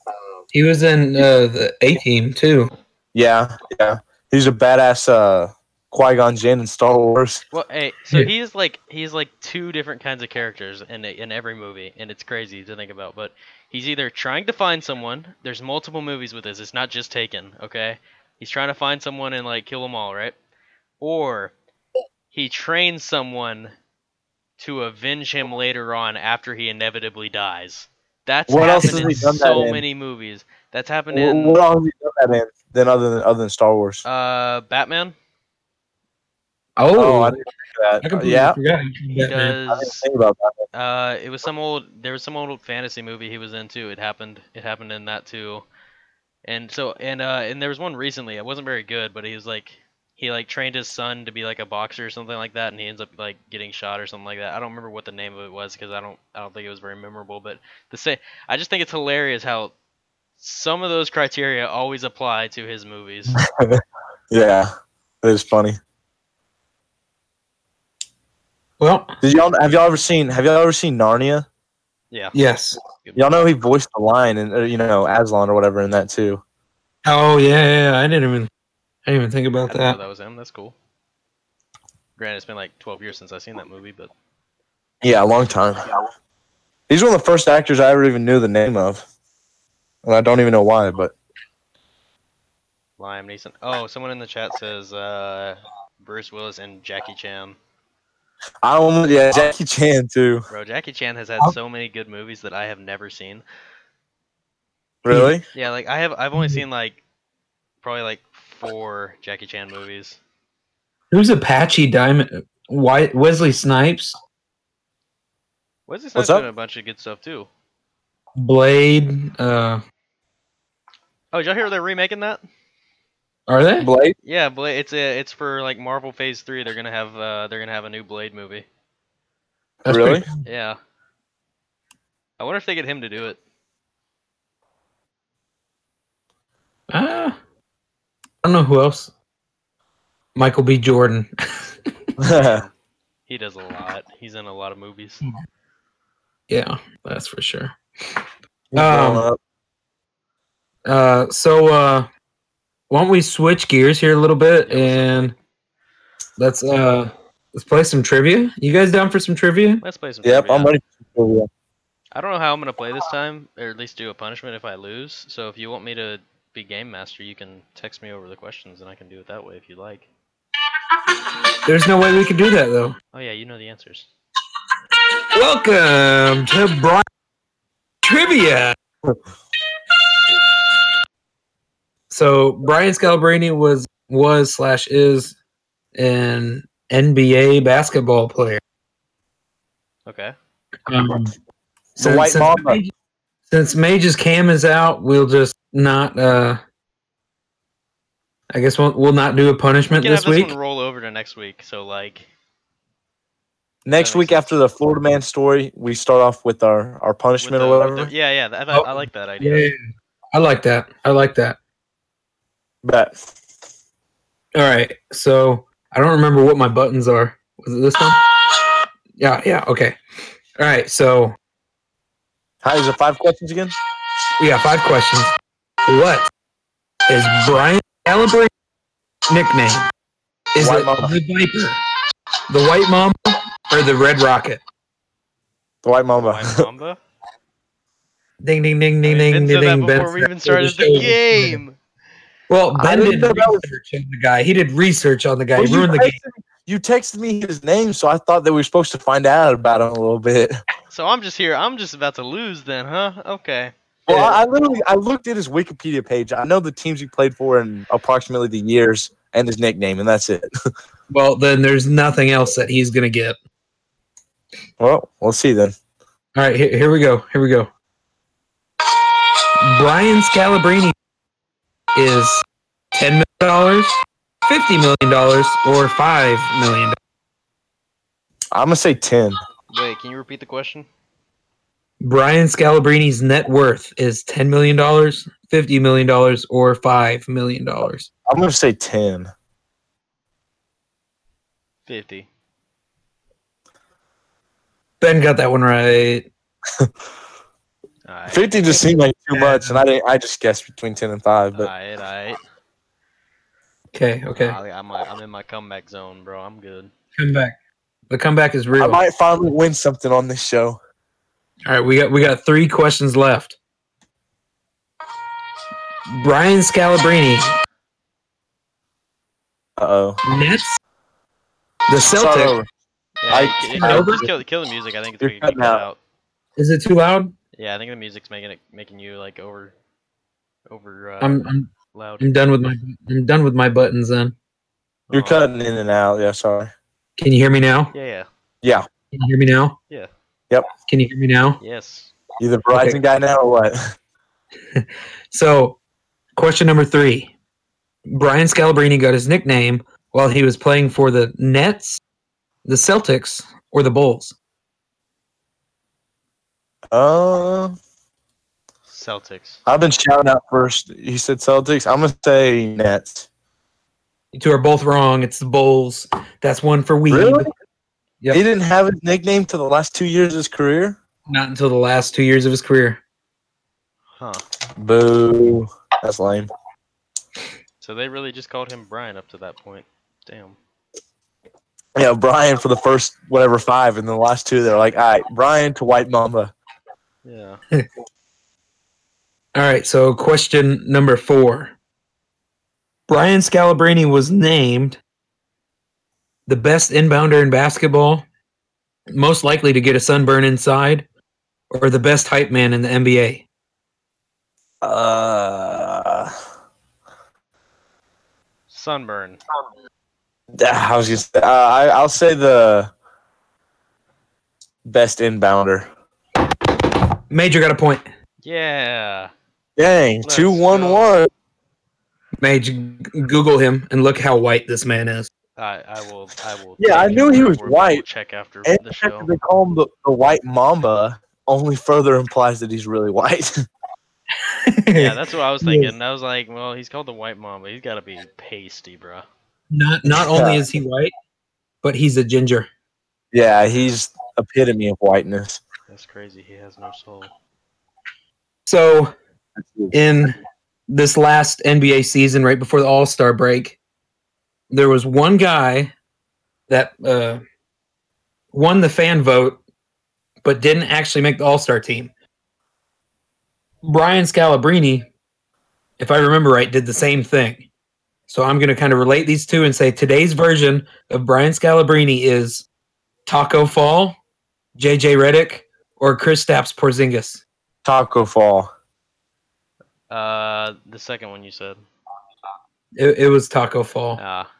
[SPEAKER 1] He was in uh, the A Team too.
[SPEAKER 2] yeah, yeah, he's a badass uh, Qui Gon Jinn in Star Wars.
[SPEAKER 3] Well, hey, so
[SPEAKER 1] Yeah.
[SPEAKER 3] he's like he's like two different kinds of characters in a- in every movie, and it's crazy to think about. But he's either trying to find someone. There's multiple movies with this. It's not just Taken, okay? He's trying to find someone and like kill them all, right? Or he trains someone to avenge him later on after he inevitably dies. That's
[SPEAKER 2] What else
[SPEAKER 3] happened in
[SPEAKER 2] has he done that
[SPEAKER 3] so
[SPEAKER 2] in?
[SPEAKER 3] many movies. That's happened
[SPEAKER 2] What
[SPEAKER 3] in
[SPEAKER 2] what all have you done that in? Then other than other than Star Wars?
[SPEAKER 3] uh Batman.
[SPEAKER 1] Oh,
[SPEAKER 2] I
[SPEAKER 1] I,
[SPEAKER 2] didn't think of that.
[SPEAKER 1] completely
[SPEAKER 2] yeah,
[SPEAKER 1] forgot.
[SPEAKER 3] He
[SPEAKER 1] Batman.
[SPEAKER 2] I didn't
[SPEAKER 3] does
[SPEAKER 2] think about that.
[SPEAKER 3] Uh, it was some old. There was some old fantasy movie he was into. It happened. It happened in that too. And so and uh and there was one recently. It wasn't very good, but he was like he like trained his son to be like a boxer or something like that, and he ends up like getting shot or something like that. I don't remember what the name of it was because I don't I don't think it was very memorable. But the say I just think it's hilarious how some of those criteria always apply to his movies.
[SPEAKER 2] Yeah, it is funny.
[SPEAKER 1] Well,
[SPEAKER 2] Did y'all have y'all ever seen Have y'all ever seen Narnia?
[SPEAKER 3] yeah.
[SPEAKER 1] yes.
[SPEAKER 2] Y'all know he voiced the lion and you know Aslan or whatever in that too.
[SPEAKER 1] Oh yeah, yeah, yeah. I didn't even, I didn't even think
[SPEAKER 3] I
[SPEAKER 1] about
[SPEAKER 3] didn't know
[SPEAKER 1] that.
[SPEAKER 3] that was him. That's cool. Granted, it's been like 12 years since I've seen that movie, but
[SPEAKER 2] Yeah, a long time. He's one of the first actors I ever even knew the name of, and I don't even know why. But
[SPEAKER 3] Liam Neeson. Oh, someone in the chat says uh, Bruce Willis and Jackie Chan.
[SPEAKER 2] I almost yeah Jackie Chan too.
[SPEAKER 3] Bro, Jackie Chan has had so many good movies that I have never seen.
[SPEAKER 2] Really?
[SPEAKER 3] Yeah, like I have, I've only seen like probably like four Jackie Chan movies.
[SPEAKER 1] Who's Apache Diamond? Why Wesley Snipes,
[SPEAKER 3] Wesley Snipes
[SPEAKER 2] What's
[SPEAKER 3] doing
[SPEAKER 2] up?
[SPEAKER 3] a bunch of good stuff too.
[SPEAKER 1] Blade? Uh,
[SPEAKER 3] Oh, did y'all hear they're remaking that?
[SPEAKER 1] are they?
[SPEAKER 2] Blade?
[SPEAKER 3] Yeah, Blade. It's a, it's for like Marvel Phase Three. They're gonna have, uh, they're gonna have a new Blade movie.
[SPEAKER 1] That's
[SPEAKER 2] really?
[SPEAKER 1] pretty-
[SPEAKER 3] Yeah. I wonder if they get him to do it.
[SPEAKER 1] Ah, I don't know who else. Michael B. Jordan.
[SPEAKER 3] He does a lot. He's in a lot of movies.
[SPEAKER 1] yeah, that's for sure.
[SPEAKER 2] Um,
[SPEAKER 1] Uh, so uh, why don't we switch gears here a little bit
[SPEAKER 3] Yeah, what's up?
[SPEAKER 1] and let's uh let's play some trivia. You guys down for some trivia?
[SPEAKER 3] Let's play some.
[SPEAKER 2] yep,
[SPEAKER 3] trivia.
[SPEAKER 2] I'm ready. For
[SPEAKER 3] I don't know how I'm gonna play this time, or at least do a punishment if I lose. So if you want me to be game master, you can text me over the questions, and I can do it that way if you like.
[SPEAKER 1] There's no way we could do that though.
[SPEAKER 3] Oh yeah, you know the answers.
[SPEAKER 1] Welcome to Brian Trivia. So Brian Scalabrine was was slash is an NBA basketball player.
[SPEAKER 3] Okay.
[SPEAKER 1] Um,
[SPEAKER 2] The White Mamba.
[SPEAKER 1] Mage- since Mage's cam is out, we'll just not. uh I guess we'll, we'll not do a
[SPEAKER 3] We
[SPEAKER 1] punishment
[SPEAKER 3] can have
[SPEAKER 1] this
[SPEAKER 3] this
[SPEAKER 1] week.
[SPEAKER 3] one roll over to next week. So like,
[SPEAKER 2] Next
[SPEAKER 3] That makes
[SPEAKER 2] week
[SPEAKER 3] sense.
[SPEAKER 2] after the Florida Man story, we start off with our our
[SPEAKER 3] with
[SPEAKER 2] punishment
[SPEAKER 3] the-
[SPEAKER 2] or
[SPEAKER 3] with
[SPEAKER 2] whatever.
[SPEAKER 3] the- yeah, yeah, th- I,
[SPEAKER 1] Oh,
[SPEAKER 3] I like that idea.
[SPEAKER 1] Yeah, I like that. I like that.
[SPEAKER 2] Bet.
[SPEAKER 1] All right. So I don't remember what my buttons are. Was it this one? Yeah. Yeah. Okay. All right. So
[SPEAKER 2] Hi, is it five questions again?
[SPEAKER 1] we got five questions. What is Brian Calabrine's nickname? Is
[SPEAKER 2] White
[SPEAKER 1] it
[SPEAKER 2] Mamba.
[SPEAKER 1] the Viper, the White Mamba, or the Red Rocket?
[SPEAKER 2] The White Mamba.
[SPEAKER 3] White Mamba.
[SPEAKER 1] Ding ding ding
[SPEAKER 3] I
[SPEAKER 1] ding
[SPEAKER 3] mean,
[SPEAKER 1] ding ding ding.
[SPEAKER 3] Ben said that
[SPEAKER 1] Ben
[SPEAKER 3] before
[SPEAKER 1] said
[SPEAKER 3] we even
[SPEAKER 1] that
[SPEAKER 3] started
[SPEAKER 1] show
[SPEAKER 3] the
[SPEAKER 1] was-
[SPEAKER 3] game.
[SPEAKER 1] Well,
[SPEAKER 2] I
[SPEAKER 1] Ben
[SPEAKER 2] didn't
[SPEAKER 1] did
[SPEAKER 2] know that was-
[SPEAKER 1] research on the guy. He did research on the guy.
[SPEAKER 2] Well,
[SPEAKER 1] he
[SPEAKER 2] you
[SPEAKER 1] ruined the
[SPEAKER 2] texted
[SPEAKER 1] game.
[SPEAKER 2] me- You texted me his name, so I thought that we were supposed to find out about him a little bit.
[SPEAKER 3] So I'm just here. I'm just about to lose then, huh? Okay.
[SPEAKER 2] Well, I, I literally I looked at his Wikipedia page. I know the teams he played for and approximately the years and his nickname, and that's it.
[SPEAKER 1] Well, then there's nothing else that he's gonna get.
[SPEAKER 2] Well, we'll see then.
[SPEAKER 1] All right, here, here we go. Here we go. Brian Scalabrine is ten million dollars, fifty million dollars, or five million.
[SPEAKER 2] I'm gonna say ten.
[SPEAKER 3] Wait, can you repeat the question?
[SPEAKER 1] Brian Scalabrine's net worth is ten million dollars, fifty million dollars, or five million dollars.
[SPEAKER 2] I'm gonna say ten.
[SPEAKER 3] Fifty.
[SPEAKER 1] Ben got that one right.
[SPEAKER 3] All right.
[SPEAKER 2] Fifty just seemed like too much, and I didn't. I just guessed between ten and five,
[SPEAKER 3] All
[SPEAKER 2] but
[SPEAKER 3] right. All right.
[SPEAKER 1] Okay, okay.
[SPEAKER 3] I, I'm, I'm in my comeback zone, bro. I'm good.
[SPEAKER 1] Comeback. The comeback is real.
[SPEAKER 2] I might finally win something on this show.
[SPEAKER 1] All right, we got we got three questions left. Brian Scalabrine,
[SPEAKER 2] Uh oh.
[SPEAKER 1] Nets, the Celtics.
[SPEAKER 3] Yeah,
[SPEAKER 2] I
[SPEAKER 3] you-
[SPEAKER 2] can't-
[SPEAKER 3] you know,
[SPEAKER 1] Over?
[SPEAKER 3] just kill, kill the music. I think it's
[SPEAKER 2] You're
[SPEAKER 3] making you
[SPEAKER 2] cutting
[SPEAKER 3] cut
[SPEAKER 2] out.
[SPEAKER 3] out.
[SPEAKER 1] Is it too loud?
[SPEAKER 3] Yeah, I think the music's making it making you like over, over uh,
[SPEAKER 1] I'm, I'm
[SPEAKER 3] loud.
[SPEAKER 1] I'm done with my I'm done with my buttons. Then
[SPEAKER 2] You're
[SPEAKER 3] Oh.
[SPEAKER 2] cutting in and out. Yeah, sorry.
[SPEAKER 1] can you hear me now?
[SPEAKER 3] Yeah, yeah.
[SPEAKER 1] Can you hear me now?
[SPEAKER 3] Yeah.
[SPEAKER 2] Yep.
[SPEAKER 1] Can you hear me now?
[SPEAKER 3] Yes.
[SPEAKER 2] You the Verizon
[SPEAKER 1] Okay.
[SPEAKER 2] guy now or what?
[SPEAKER 1] So, question number three: Brian Scalabrine got his nickname while he was playing for the Nets, the Celtics, or the Bulls.
[SPEAKER 2] Uh,
[SPEAKER 3] Celtics.
[SPEAKER 2] I've been shouting out first. You said Celtics. I'm gonna say Nets.
[SPEAKER 1] You two are both wrong. It's the Bulls. That's one for Weeb.
[SPEAKER 2] Really?
[SPEAKER 1] Yep.
[SPEAKER 2] He didn't have his nickname to the last two years of his career.
[SPEAKER 1] Not until the last two years of his career.
[SPEAKER 3] Huh.
[SPEAKER 2] Boo. That's lame.
[SPEAKER 3] So they really just called him Brian up to that point. Damn.
[SPEAKER 2] Yeah, Brian for the first whatever five, and the last two they're like, all right, Brian to White Mamba.
[SPEAKER 3] Yeah.
[SPEAKER 1] All right, so question number four. Brian Scalabrine was named the best inbounder in basketball, most likely to get a sunburn inside, or the best hype man in the NBA.
[SPEAKER 2] Uh,
[SPEAKER 3] Sunburn.
[SPEAKER 2] I was just. Uh, I, I'll say the best inbounder.
[SPEAKER 1] Major got a point.
[SPEAKER 3] Yeah.
[SPEAKER 2] Dang,
[SPEAKER 3] Let's
[SPEAKER 2] two one
[SPEAKER 3] go.
[SPEAKER 2] one.
[SPEAKER 1] Major, Google him and look how white this man is.
[SPEAKER 3] I I will I will.
[SPEAKER 2] Yeah, I
[SPEAKER 3] check
[SPEAKER 2] knew he
[SPEAKER 3] after-
[SPEAKER 2] was
[SPEAKER 3] we'll
[SPEAKER 2] white.
[SPEAKER 3] Check after
[SPEAKER 2] And
[SPEAKER 3] the
[SPEAKER 2] the fact
[SPEAKER 3] show.
[SPEAKER 2] that they call him the, the White Mamba only further implies that he's really white.
[SPEAKER 3] Yeah, that's what I was
[SPEAKER 1] Yes.
[SPEAKER 3] thinking. I was like, well, he's called the White Mamba. He's got to be pasty, bro.
[SPEAKER 1] not not only is he white, but he's a ginger.
[SPEAKER 2] yeah, he's epitome of whiteness.
[SPEAKER 3] That's crazy. He has no soul.
[SPEAKER 1] So in this last NBA season, right before the All Star break, there was one guy that uh, won the fan vote, but didn't actually make the All Star team. Brian Scalabrine, if I remember right, did the same thing. So I'm going to kind of relate these two and say today's version of Brian Scalabrine is Taco Fall, JJ Redick, or Chris Stapps Porzingis.
[SPEAKER 2] Taco Fall.
[SPEAKER 3] Uh, the second one you said.
[SPEAKER 1] It, it was Taco Fall.
[SPEAKER 3] Ah.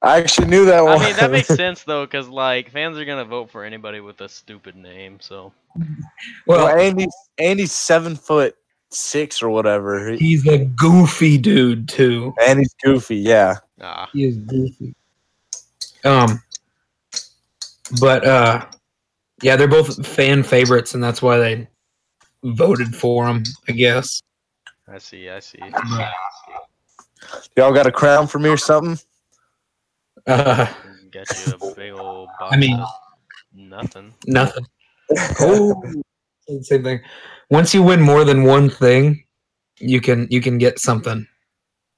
[SPEAKER 2] I actually knew that one.
[SPEAKER 3] I mean, that makes sense though, because like fans are gonna vote for anybody with a stupid name. So
[SPEAKER 2] well,
[SPEAKER 1] Well,
[SPEAKER 2] Andy's Andy's seven foot six or whatever, He-
[SPEAKER 1] he's a goofy dude too.
[SPEAKER 2] and he's goofy. Yeah,
[SPEAKER 3] ah,
[SPEAKER 1] He is goofy. Um, but uh, yeah, they're both fan favorites, and that's why they voted for him. I guess.
[SPEAKER 3] I see, I see.
[SPEAKER 2] y'all got a crown for me or something?
[SPEAKER 1] Uh,
[SPEAKER 3] Got you a big old box.
[SPEAKER 1] mean-
[SPEAKER 3] of nothing.
[SPEAKER 1] nothing. Oh, same thing. Once you win more than one thing, you can you can get something.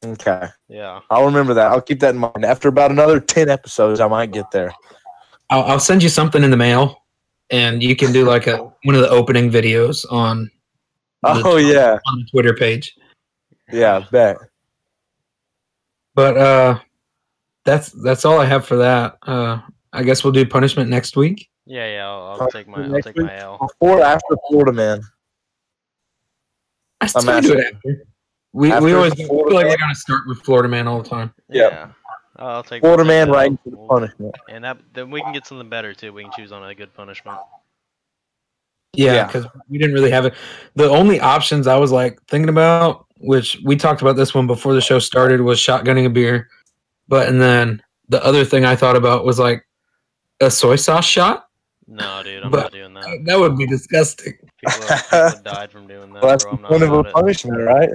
[SPEAKER 2] Okay,
[SPEAKER 3] Yeah.
[SPEAKER 2] I'll remember that. I'll keep that in mind. After about another ten episodes, I might get there.
[SPEAKER 1] I'll, I'll send you something in the mail, and you can do like a one of the opening videos on
[SPEAKER 2] Oh
[SPEAKER 1] the-
[SPEAKER 2] yeah,
[SPEAKER 1] on the Twitter page.
[SPEAKER 2] yeah, bet.
[SPEAKER 1] But uh that's that's all I have for that. Uh I guess we'll do punishment next week.
[SPEAKER 3] Yeah, yeah. I'll, I'll
[SPEAKER 2] Alright,
[SPEAKER 3] take
[SPEAKER 2] so
[SPEAKER 3] my, I'll
[SPEAKER 2] next
[SPEAKER 3] take
[SPEAKER 2] week-
[SPEAKER 3] my L.
[SPEAKER 2] Before, or after Florida man.
[SPEAKER 1] I still
[SPEAKER 2] I'm
[SPEAKER 1] do it after. We we
[SPEAKER 2] After
[SPEAKER 1] always
[SPEAKER 2] Florida
[SPEAKER 1] feel like
[SPEAKER 2] Man.
[SPEAKER 1] we're gonna start with Florida Man all the time.
[SPEAKER 2] Yeah.
[SPEAKER 3] Yeah. I'll take
[SPEAKER 2] Florida
[SPEAKER 3] my
[SPEAKER 2] man
[SPEAKER 3] L.
[SPEAKER 2] right into the punishment.
[SPEAKER 3] And that, then we can get something better too. We can choose on a good punishment.
[SPEAKER 1] Yeah,
[SPEAKER 2] Yeah.
[SPEAKER 1] because we didn't really have it. The only options I was like thinking about, which we talked about this one before the show started, was shotgunning a beer. But and then the other thing I thought about was like a soy sauce shot.
[SPEAKER 3] No, dude, I'm
[SPEAKER 1] But-
[SPEAKER 3] not doing that.
[SPEAKER 1] That would be disgusting.
[SPEAKER 3] People have, people have died from doing that,
[SPEAKER 2] Well, that's
[SPEAKER 3] bro. I'm not
[SPEAKER 2] one of a
[SPEAKER 3] doing it.
[SPEAKER 2] punishment, right?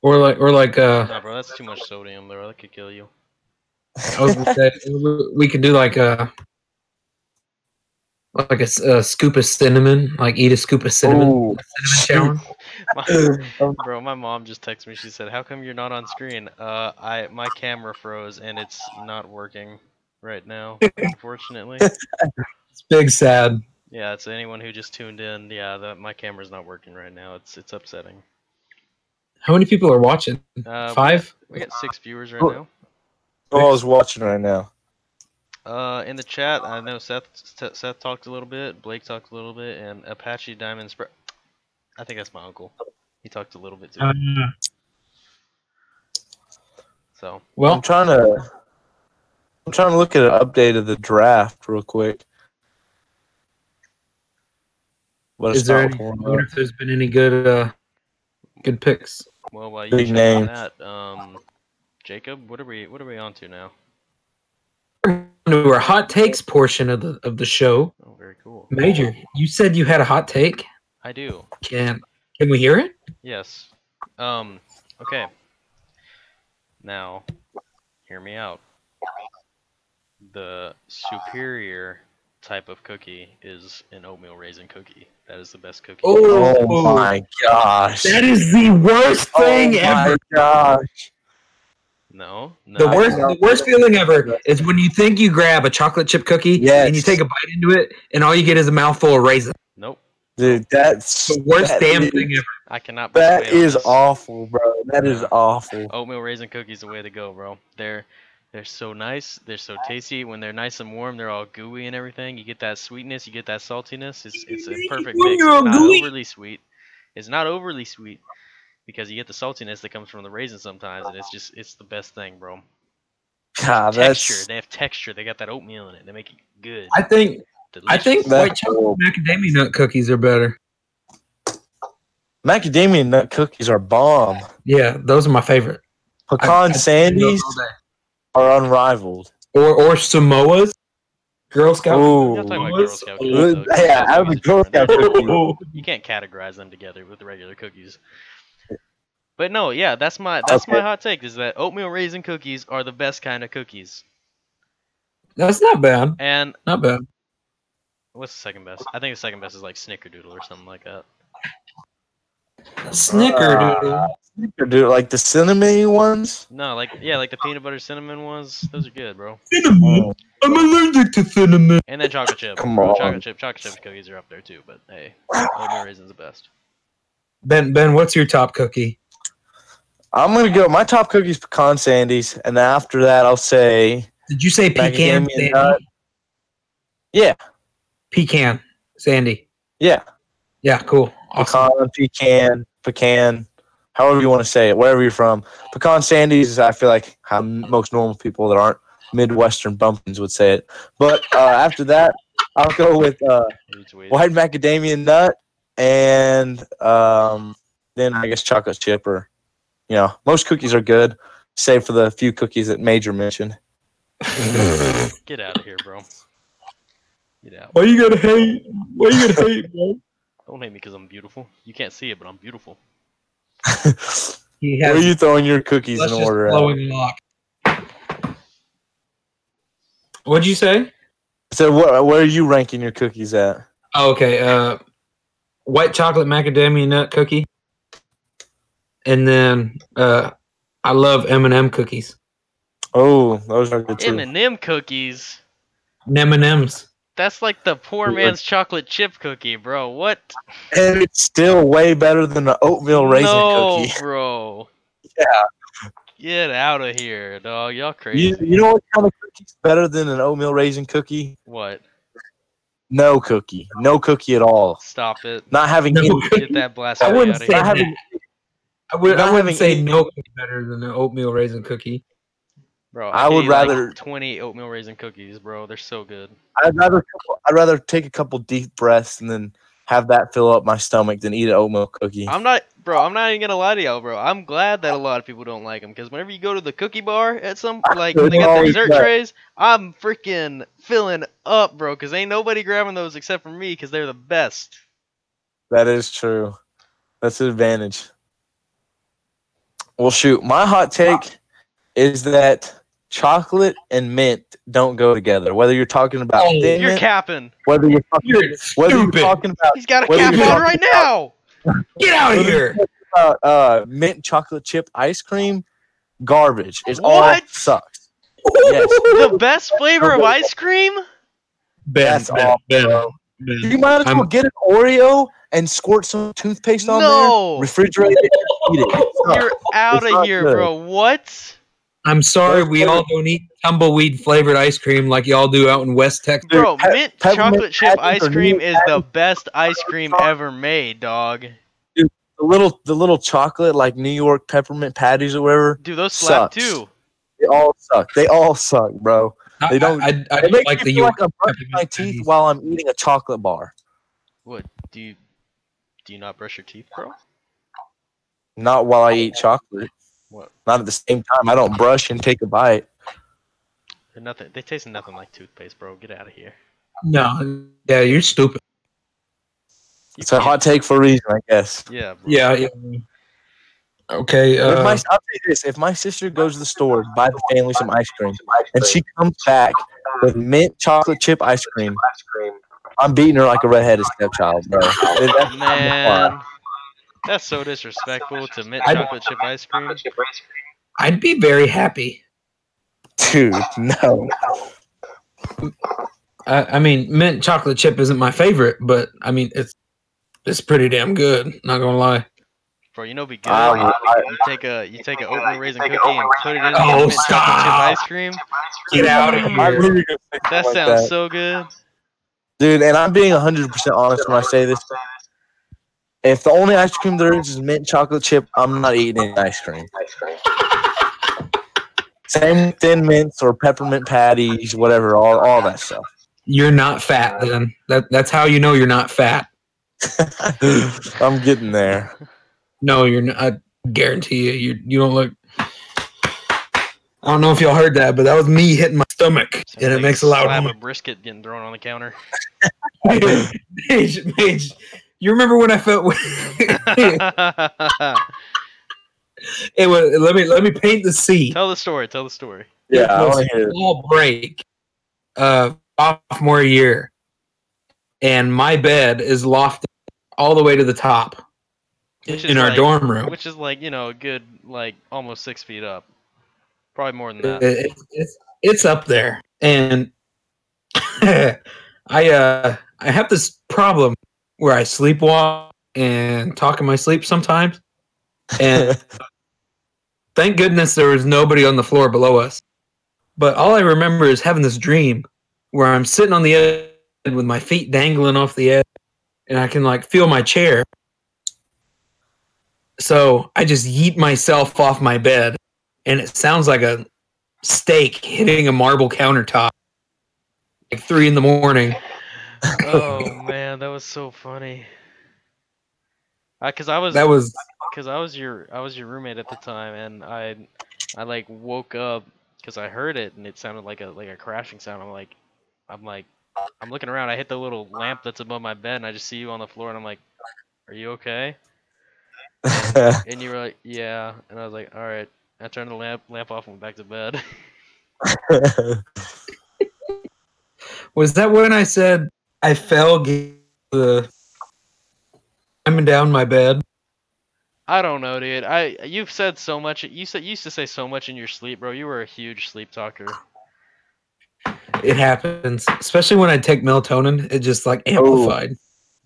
[SPEAKER 1] Or like or like uh
[SPEAKER 3] Nah, bro, that's too much sodium, bro. That could kill you.
[SPEAKER 1] I was gonna say, we- we could do like a like a, s- a scoop of cinnamon, like eat a scoop of cinnamon,
[SPEAKER 2] Ooh.
[SPEAKER 1] cinnamon challenge.
[SPEAKER 3] My- bro, my mom just texted me. She said, "How come you're not on screen? Uh, I my camera froze and it's not working right now, unfortunately."
[SPEAKER 1] It's big sad.
[SPEAKER 3] Yeah, it's anyone who just tuned in. Yeah, the, my camera's not working right now. It's it's upsetting.
[SPEAKER 1] How many people are watching?
[SPEAKER 3] Uh, we
[SPEAKER 1] Five.
[SPEAKER 3] got- We got six viewers right
[SPEAKER 2] Oh.
[SPEAKER 3] now.
[SPEAKER 2] Oh, I was watching right now.
[SPEAKER 3] Uh, in the chat, I know Seth Seth Seth talked a little bit, Blake talked a little bit, and Apache Diamond Spr- I think that's my uncle. He talked a little bit
[SPEAKER 1] Uh,
[SPEAKER 2] Uh,
[SPEAKER 3] too. So
[SPEAKER 2] I'm
[SPEAKER 1] well,
[SPEAKER 2] trying to. I'm trying to look at an update of the draft real quick. But
[SPEAKER 1] is
[SPEAKER 2] it's
[SPEAKER 1] there?
[SPEAKER 2] not
[SPEAKER 1] Any, I
[SPEAKER 2] pulling up.
[SPEAKER 1] wonder if there's been any good uh, good picks.
[SPEAKER 3] well, while you
[SPEAKER 2] Big
[SPEAKER 3] check on
[SPEAKER 2] names.
[SPEAKER 3] that, um, Jacob, what are we what are we on to now?
[SPEAKER 1] To our hot takes portion of the of the show,
[SPEAKER 3] Oh, very cool.
[SPEAKER 1] Major, you said you had a hot take.
[SPEAKER 3] I do.
[SPEAKER 1] Can can we hear it?
[SPEAKER 3] Yes. Um. Okay. Now, hear me out. The superior type of cookie is an oatmeal raisin cookie. That is the best cookie.
[SPEAKER 2] Oh my gosh!
[SPEAKER 1] That is the worst thing
[SPEAKER 2] oh
[SPEAKER 1] ever.
[SPEAKER 2] My gosh.
[SPEAKER 3] No. No.
[SPEAKER 1] The
[SPEAKER 2] I
[SPEAKER 1] worst,
[SPEAKER 2] know.
[SPEAKER 1] the worst feeling ever is when you think you grab a chocolate chip cookie and you
[SPEAKER 2] Yes.
[SPEAKER 1] take a bite into it, and all you get is a mouthful of raisin.
[SPEAKER 3] Nope.
[SPEAKER 2] Dude, that's
[SPEAKER 1] The worst
[SPEAKER 2] that
[SPEAKER 1] damn
[SPEAKER 2] is-
[SPEAKER 1] thing ever.
[SPEAKER 3] I cannot.
[SPEAKER 2] That
[SPEAKER 3] persuade on
[SPEAKER 2] is
[SPEAKER 3] this.
[SPEAKER 2] awful, bro. That is awful.
[SPEAKER 3] Oatmeal raisin cookies the way to go, bro. They're they're so nice. They're so tasty. When they're nice and warm, they're all gooey and everything. You get that sweetness. You get that saltiness. It's it's a perfect
[SPEAKER 1] Warm,
[SPEAKER 3] mix. It's
[SPEAKER 1] they're all
[SPEAKER 3] not
[SPEAKER 1] gooey.
[SPEAKER 3] overly sweet. It's not overly sweet because you get the saltiness that comes from the raisin sometimes, and it's just it's the best thing, bro.
[SPEAKER 2] God,
[SPEAKER 3] Texture.
[SPEAKER 2] Ah, that's
[SPEAKER 3] They have texture. They got that oatmeal in it. They make it good.
[SPEAKER 1] I think, I
[SPEAKER 3] delicious.
[SPEAKER 1] think
[SPEAKER 2] That's
[SPEAKER 1] white chocolate macadamia nut cookies are better.
[SPEAKER 2] macadamia nut cookies are bomb.
[SPEAKER 1] Yeah, those are my favorite.
[SPEAKER 2] Pecan
[SPEAKER 1] I-
[SPEAKER 2] sandies are unrivaled.
[SPEAKER 1] Or or Samoas, Girl Scout.
[SPEAKER 3] Y'all
[SPEAKER 2] Ooh,
[SPEAKER 3] talking about Girl
[SPEAKER 1] Ooh.
[SPEAKER 3] Scout
[SPEAKER 1] Ooh.
[SPEAKER 3] cookies, though. Girl
[SPEAKER 2] Yeah,
[SPEAKER 3] Scout
[SPEAKER 2] I would
[SPEAKER 3] cookies
[SPEAKER 2] go
[SPEAKER 3] are
[SPEAKER 2] with that
[SPEAKER 3] different.
[SPEAKER 2] cookie.
[SPEAKER 3] you can't categorize them together with the regular cookies. But no, yeah, that's my that's my
[SPEAKER 2] Okay.
[SPEAKER 3] hot take is that oatmeal raisin cookies are the best kind of cookies.
[SPEAKER 1] That's not bad.
[SPEAKER 3] And
[SPEAKER 1] Not bad.
[SPEAKER 3] what's the second best? I think the second best is like snickerdoodle or something like that.
[SPEAKER 1] Snickerdoodle.
[SPEAKER 2] Dude, like the cinnamon ones.
[SPEAKER 3] No, like yeah, like the peanut butter cinnamon ones, those are good, bro.
[SPEAKER 1] cinnamon. I'm allergic to cinnamon.
[SPEAKER 3] And then chocolate chip.
[SPEAKER 2] Come
[SPEAKER 3] bro,
[SPEAKER 2] on.
[SPEAKER 3] Chocolate chip, chocolate chip cookies are up there too, but hey, oatmeal raisin's the best.
[SPEAKER 1] Ben, Ben, what's your top cookie?
[SPEAKER 2] I'm gonna go. My top cookies pecan sandies, and then after that, I'll say
[SPEAKER 1] Did you say pecan?
[SPEAKER 2] Macadamia
[SPEAKER 1] Sandy?
[SPEAKER 2] nut. Yeah.
[SPEAKER 1] Pecan, Sandy.
[SPEAKER 2] yeah,
[SPEAKER 1] Yeah, cool. Awesome.
[SPEAKER 2] pecan, pecan, pecan, however you want to say it, wherever you're from. Pecan sandies, is, I feel like how m- most normal people that aren't Midwestern bumpkins would say it. But uh, after that, I'll go with uh,
[SPEAKER 3] It's weird.
[SPEAKER 2] white macadamia nut, and um, then I guess chocolate chip or, you know, most cookies are good, save for the few cookies that Major mentioned.
[SPEAKER 3] Get out of here, bro. Get out.
[SPEAKER 1] Why you gotta hate? Why you gotta hate, bro?
[SPEAKER 3] Don't hate me because I'm beautiful. You can't see it, but I'm beautiful.
[SPEAKER 1] He
[SPEAKER 2] Where are
[SPEAKER 1] has
[SPEAKER 2] you throwing your cookies in
[SPEAKER 1] luscious
[SPEAKER 2] order? at?
[SPEAKER 1] glowing lock. What'd you say?
[SPEAKER 2] So wh- where are you ranking your cookies at?
[SPEAKER 1] Oh, okay. Uh, white chocolate macadamia nut cookie, and then uh, I love M and m cookies.
[SPEAKER 2] Oh, those are good too.
[SPEAKER 3] M&M cookies.
[SPEAKER 1] M and M's.
[SPEAKER 3] That's like the poor
[SPEAKER 2] Yeah.
[SPEAKER 3] man's chocolate chip cookie, bro. What?
[SPEAKER 2] And it's still way better than the oatmeal raisin
[SPEAKER 3] no,
[SPEAKER 2] cookie.
[SPEAKER 3] bro.
[SPEAKER 2] Yeah.
[SPEAKER 3] Get out of here, dog. Y'all crazy.
[SPEAKER 2] You, you know what kind of cookie's better than an oatmeal raisin cookie?
[SPEAKER 3] What?
[SPEAKER 2] No cookie. No cookie at all.
[SPEAKER 3] Stop it.
[SPEAKER 2] Not having
[SPEAKER 1] No
[SPEAKER 2] any,
[SPEAKER 1] cookie.
[SPEAKER 3] Get that blasphemy
[SPEAKER 1] I
[SPEAKER 3] out
[SPEAKER 1] wouldn't
[SPEAKER 3] of
[SPEAKER 1] say
[SPEAKER 3] here.
[SPEAKER 1] that.
[SPEAKER 2] having-
[SPEAKER 1] I would. I
[SPEAKER 2] not
[SPEAKER 1] wouldn't
[SPEAKER 2] having
[SPEAKER 1] say
[SPEAKER 2] any-
[SPEAKER 1] no cookie better than an oatmeal raisin cookie.
[SPEAKER 3] Bro,
[SPEAKER 2] I
[SPEAKER 3] could
[SPEAKER 2] would
[SPEAKER 3] eat, like,
[SPEAKER 2] rather-
[SPEAKER 3] 20 oatmeal raisin cookies, bro. They're so good.
[SPEAKER 2] I'd rather I'd rather take a couple deep breaths and then have that fill up my stomach than eat an oatmeal cookie.
[SPEAKER 3] I'm not, bro, I'm not even going to lie to y'all, bro. I'm glad that a lot of people don't like them because whenever you go to the cookie bar at some, like, when they
[SPEAKER 2] They're
[SPEAKER 3] got the
[SPEAKER 2] always
[SPEAKER 3] dessert
[SPEAKER 2] bad.
[SPEAKER 3] trays, I'm freaking filling up, bro, because ain't nobody grabbing those except for me because they're the best.
[SPEAKER 2] That is true. That's an advantage. Well, shoot. My hot take is that chocolate and mint don't go together. Whether you're talking about
[SPEAKER 1] Oh,
[SPEAKER 2] thin
[SPEAKER 3] You're
[SPEAKER 2] mint,
[SPEAKER 3] capping.
[SPEAKER 2] whether you're talking,
[SPEAKER 1] You're
[SPEAKER 2] whether you're
[SPEAKER 1] stupid.
[SPEAKER 2] talking about
[SPEAKER 3] He's got a
[SPEAKER 2] What are
[SPEAKER 3] cap
[SPEAKER 2] you
[SPEAKER 3] on
[SPEAKER 2] talking
[SPEAKER 3] right now.
[SPEAKER 1] Get out of
[SPEAKER 2] Whether
[SPEAKER 1] here.
[SPEAKER 2] about uh, mint chocolate chip ice cream, garbage. It's all
[SPEAKER 3] What?
[SPEAKER 2] sucks.
[SPEAKER 3] The best flavor of ice cream?
[SPEAKER 1] Ben,
[SPEAKER 2] That's
[SPEAKER 1] Ben,
[SPEAKER 2] all,
[SPEAKER 1] Ben,
[SPEAKER 2] bro.
[SPEAKER 1] Ben.
[SPEAKER 2] You might as well
[SPEAKER 1] I'm-
[SPEAKER 2] get an Oreo and squirt some toothpaste on
[SPEAKER 3] No.
[SPEAKER 2] there, refrigerate it, eat it. It sucks.
[SPEAKER 3] You're out
[SPEAKER 2] It's
[SPEAKER 3] of
[SPEAKER 2] not
[SPEAKER 3] here,
[SPEAKER 2] good.
[SPEAKER 3] bro. What?
[SPEAKER 1] I'm sorry, we
[SPEAKER 2] Those-
[SPEAKER 1] all don't eat tumbleweed flavored ice cream like y'all do out in West Texas.
[SPEAKER 2] Dude,
[SPEAKER 3] Bro,
[SPEAKER 2] pe-
[SPEAKER 3] mint
[SPEAKER 2] peppermint
[SPEAKER 3] chocolate chip
[SPEAKER 2] patties
[SPEAKER 3] ice
[SPEAKER 2] or
[SPEAKER 3] cream
[SPEAKER 2] mint
[SPEAKER 3] is the best ice cream ever made, dog.
[SPEAKER 2] The little, the little chocolate like New York peppermint patties or whatever.
[SPEAKER 3] Dude, those slap
[SPEAKER 2] Sucks.
[SPEAKER 3] too.
[SPEAKER 2] They all suck. They all suck, bro.
[SPEAKER 1] I-
[SPEAKER 2] They don't-
[SPEAKER 1] I, I, I
[SPEAKER 2] It
[SPEAKER 1] don't
[SPEAKER 2] makes
[SPEAKER 1] like
[SPEAKER 2] me
[SPEAKER 1] the
[SPEAKER 2] feel
[SPEAKER 1] York.
[SPEAKER 2] like I'm brushing
[SPEAKER 1] peppermint
[SPEAKER 2] my teeth
[SPEAKER 1] patties.
[SPEAKER 2] while I'm eating a chocolate bar.
[SPEAKER 3] What? Do you do you not brush your teeth, bro?
[SPEAKER 2] Not while I eat chocolate.
[SPEAKER 3] What?
[SPEAKER 2] Not at the same time. I don't brush and take a bite.
[SPEAKER 3] They're nothing. They taste nothing like toothpaste, bro. Get out of here.
[SPEAKER 1] No, yeah, you're stupid.
[SPEAKER 3] You
[SPEAKER 2] It's a
[SPEAKER 3] can't-
[SPEAKER 2] hot take for a reason, I guess.
[SPEAKER 3] Yeah. Bro.
[SPEAKER 1] Yeah, yeah. Okay.
[SPEAKER 2] if
[SPEAKER 1] Uh,
[SPEAKER 2] my, I'll say this: if my sister goes to the store to buy the family some ice cream, and she comes back with mint chocolate chip ice cream, I'm beating her like a redheaded stepchild, bro. That's not the plan.
[SPEAKER 3] Man, that's so disrespectful to mint
[SPEAKER 1] I-
[SPEAKER 3] chocolate chip ice cream.
[SPEAKER 1] I'd be very happy.
[SPEAKER 2] dude, no.
[SPEAKER 1] I, I mean, mint chocolate chip isn't my favorite, but I mean, it's it's pretty damn good. Not gonna lie.
[SPEAKER 3] Bro, you know, be good.
[SPEAKER 2] I, I,
[SPEAKER 3] you take a you take an oatmeal raisin
[SPEAKER 4] take a
[SPEAKER 3] cookie and
[SPEAKER 4] oatmeal
[SPEAKER 3] put it
[SPEAKER 4] raisin
[SPEAKER 3] in
[SPEAKER 1] cookie.
[SPEAKER 3] your
[SPEAKER 1] Oh,
[SPEAKER 3] mint chocolate chip
[SPEAKER 1] stop.
[SPEAKER 3] ice cream.
[SPEAKER 1] Get out of
[SPEAKER 2] I
[SPEAKER 1] here.
[SPEAKER 2] really gonna say
[SPEAKER 3] That
[SPEAKER 2] something like
[SPEAKER 3] sounds
[SPEAKER 2] that.
[SPEAKER 3] so good.
[SPEAKER 2] dude. And I'm being 100 percent honest when I say this. If the only ice cream there is is mint chocolate chip, I'm not eating any ice cream. Same with thin mints or peppermint patties, whatever, all, all that stuff.
[SPEAKER 1] You're not fat, then. That that's how you know you're not fat.
[SPEAKER 2] I'm getting there.
[SPEAKER 1] No, you're not. I guarantee you, you you don't look. I don't know if y'all heard that, but that was me hitting my stomach,
[SPEAKER 3] Sounds
[SPEAKER 1] and it
[SPEAKER 3] like
[SPEAKER 1] makes a
[SPEAKER 3] a
[SPEAKER 1] loud
[SPEAKER 3] slab
[SPEAKER 1] hum.
[SPEAKER 3] of brisket getting thrown on the counter.
[SPEAKER 1] Mage, Mage, you remember when I felt? it was let me let me paint the scene.
[SPEAKER 3] tell the story. Tell the story.
[SPEAKER 2] Yeah, I
[SPEAKER 1] It was
[SPEAKER 2] want to hear it.
[SPEAKER 1] fall break, uh, sophomore year, and my bed is lofted all the way to the top
[SPEAKER 3] Which is
[SPEAKER 1] in our
[SPEAKER 3] like-
[SPEAKER 1] dorm room.
[SPEAKER 3] Which is like you know a good like almost six feet up, probably more than
[SPEAKER 1] it,
[SPEAKER 3] that.
[SPEAKER 1] it- it's, it's up there and i uh i have this problem where i sleepwalk and talk in my sleep sometimes and thank goodness there was nobody on the floor below us but all i remember is having this dream where i'm sitting on the edge with my feet dangling off the edge and i can like feel my chair so i just yeet myself off my bed and it sounds like a steak hitting a marble countertop like three in the morning.
[SPEAKER 3] oh man, that was so funny. Because I was
[SPEAKER 1] That was
[SPEAKER 3] because I was your I was your roommate at the time, and I I like woke up because I heard it, and it sounded like a like a crashing sound. I'm like, I'm like, I'm looking around. I hit the little lamp that's above my bed, and I just see you on the floor, and I'm like, "Are you okay?" And you were like, "Yeah," and I was like, "All right." I turned the lamp lamp off and went back to bed.
[SPEAKER 1] was that when I said I fell g- the climbing down my bed.
[SPEAKER 3] I don't know, dude. I you've said so much. You said you used to say so much in your sleep, bro. You were a huge sleep talker.
[SPEAKER 1] It happens, especially when I take melatonin. It just like amplified.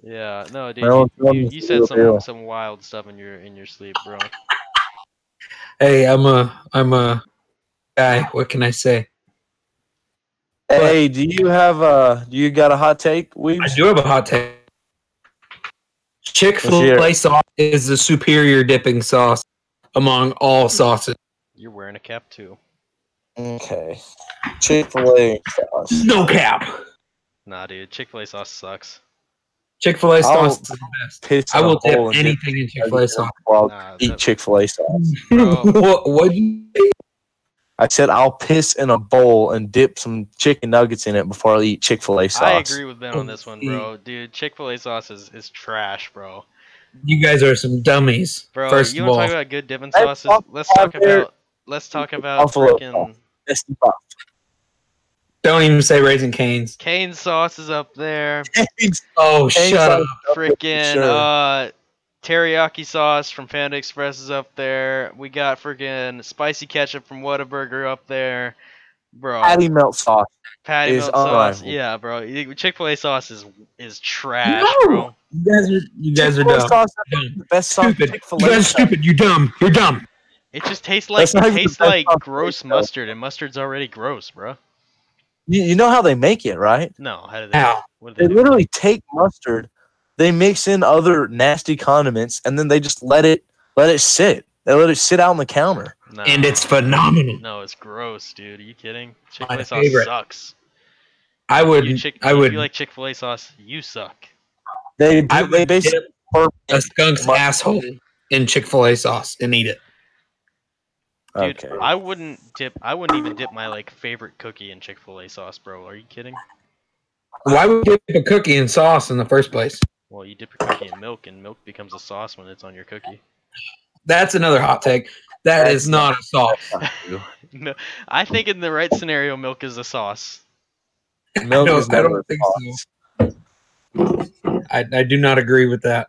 [SPEAKER 3] Yeah, no, dude.
[SPEAKER 2] Well,
[SPEAKER 3] You,
[SPEAKER 2] tell
[SPEAKER 3] you,
[SPEAKER 2] me
[SPEAKER 3] you
[SPEAKER 2] the
[SPEAKER 3] said
[SPEAKER 2] real
[SPEAKER 3] some
[SPEAKER 2] deal.
[SPEAKER 3] some wild stuff in your in your sleep, bro.
[SPEAKER 1] Hey, I'm a I'm a guy. What can I say?
[SPEAKER 2] hey, do you have a? Do you got a hot take? We
[SPEAKER 1] I do have a hot take. Chick
[SPEAKER 2] hear
[SPEAKER 1] Fil A sauce is the superior dipping sauce among all sauces.
[SPEAKER 3] You're wearing a cap too.
[SPEAKER 2] okay. Chick Fil A sauce.
[SPEAKER 1] No cap.
[SPEAKER 3] Nah, dude. Chick Fil A sauce sucks.
[SPEAKER 1] Chick Fil A
[SPEAKER 2] I'll-
[SPEAKER 1] sauce is the best.
[SPEAKER 2] Piss
[SPEAKER 1] I
[SPEAKER 2] in a
[SPEAKER 1] will dip
[SPEAKER 2] hole and
[SPEAKER 1] anything in Chick Fil A sauce.
[SPEAKER 2] I'll
[SPEAKER 3] Nah,
[SPEAKER 2] eat
[SPEAKER 3] that-
[SPEAKER 2] Chick Fil A sauce.
[SPEAKER 3] Bro.
[SPEAKER 1] what? What? you-
[SPEAKER 2] I said I'll piss in a bowl and dip some chicken nuggets in it before I eat Chick Fil A sauce.
[SPEAKER 3] I agree with Ben on
[SPEAKER 1] Oh,
[SPEAKER 3] this one,
[SPEAKER 1] see.
[SPEAKER 3] bro. Dude, Chick Fil A sauce is, is trash, bro.
[SPEAKER 1] You guys are some dummies.
[SPEAKER 3] Bro,
[SPEAKER 1] first
[SPEAKER 3] you
[SPEAKER 1] of
[SPEAKER 3] want to
[SPEAKER 1] all,
[SPEAKER 3] talk about good dipping
[SPEAKER 2] Let's
[SPEAKER 3] sauces?
[SPEAKER 2] talk
[SPEAKER 3] Let's talk
[SPEAKER 2] about their
[SPEAKER 3] about let's talk about
[SPEAKER 2] buffalo
[SPEAKER 3] freaking
[SPEAKER 2] Best of both.
[SPEAKER 1] Don't even say Raising Canes.
[SPEAKER 3] Cane sauce is up there.
[SPEAKER 1] Oh,
[SPEAKER 2] Cane's
[SPEAKER 1] shut
[SPEAKER 2] on-
[SPEAKER 1] up.
[SPEAKER 3] Freaking
[SPEAKER 2] Sure.
[SPEAKER 3] uh, teriyaki sauce from Panda Express is up there. We got freaking spicy ketchup from Whataburger up there, bro.
[SPEAKER 2] Patty melt sauce.
[SPEAKER 3] patty
[SPEAKER 2] is
[SPEAKER 3] melt sauce,
[SPEAKER 2] unrivaled.
[SPEAKER 3] yeah, bro. Chick Fil A sauce is is trash,
[SPEAKER 1] No!
[SPEAKER 3] bro.
[SPEAKER 1] You guys are, you guys are
[SPEAKER 2] Chick-fil-A
[SPEAKER 1] dumb.
[SPEAKER 2] sauce,
[SPEAKER 1] Dumb.
[SPEAKER 2] the best sauce.
[SPEAKER 1] Stupid. You
[SPEAKER 2] Chick-fil-A
[SPEAKER 1] guys are
[SPEAKER 2] sauce.
[SPEAKER 1] stupid. You dumb. You're dumb.
[SPEAKER 3] It just tastes like
[SPEAKER 2] That's
[SPEAKER 3] it
[SPEAKER 2] not even the
[SPEAKER 3] tastes
[SPEAKER 2] best
[SPEAKER 3] like
[SPEAKER 2] sauce to
[SPEAKER 3] gross
[SPEAKER 2] taste, though.
[SPEAKER 3] mustard, and mustard's already gross, bro.
[SPEAKER 2] You, you know how they make it, right?
[SPEAKER 3] No, how do they?
[SPEAKER 1] Ow.
[SPEAKER 3] What do
[SPEAKER 2] They
[SPEAKER 3] they do?
[SPEAKER 2] literally take mustard, they mix in other nasty condiments, and then they just let it let it sit. They let it sit out on the counter.
[SPEAKER 3] No.
[SPEAKER 1] And it's phenomenal.
[SPEAKER 3] no, it's gross, dude. Are you kidding? Chick Fil
[SPEAKER 1] My
[SPEAKER 3] A sauce
[SPEAKER 1] favorite.
[SPEAKER 3] sucks.
[SPEAKER 1] I would.
[SPEAKER 3] You chick-
[SPEAKER 1] I
[SPEAKER 3] if
[SPEAKER 1] would.
[SPEAKER 3] you like Chick Fil A sauce, you suck.
[SPEAKER 2] They
[SPEAKER 1] I
[SPEAKER 2] they
[SPEAKER 1] would
[SPEAKER 2] basically
[SPEAKER 1] dip a skunk's asshole in Chick Fil A sauce and eat it.
[SPEAKER 3] Dude,
[SPEAKER 2] okay.
[SPEAKER 3] I wouldn't dip. I wouldn't even dip my like favorite cookie in Chick Fil A sauce, bro. Are you kidding?
[SPEAKER 1] Why would you dip a cookie in sauce in the first place?
[SPEAKER 3] Well, you dip your cookie in milk, and milk becomes a sauce when it's on your cookie.
[SPEAKER 1] That's another hot take. That's
[SPEAKER 2] That's
[SPEAKER 1] not a sauce.
[SPEAKER 3] No, I think in the right scenario, milk is a sauce.
[SPEAKER 2] Milk
[SPEAKER 1] I don't-
[SPEAKER 2] is
[SPEAKER 1] I don't
[SPEAKER 2] never a
[SPEAKER 1] think
[SPEAKER 2] sauce.
[SPEAKER 1] I, I do not agree with that.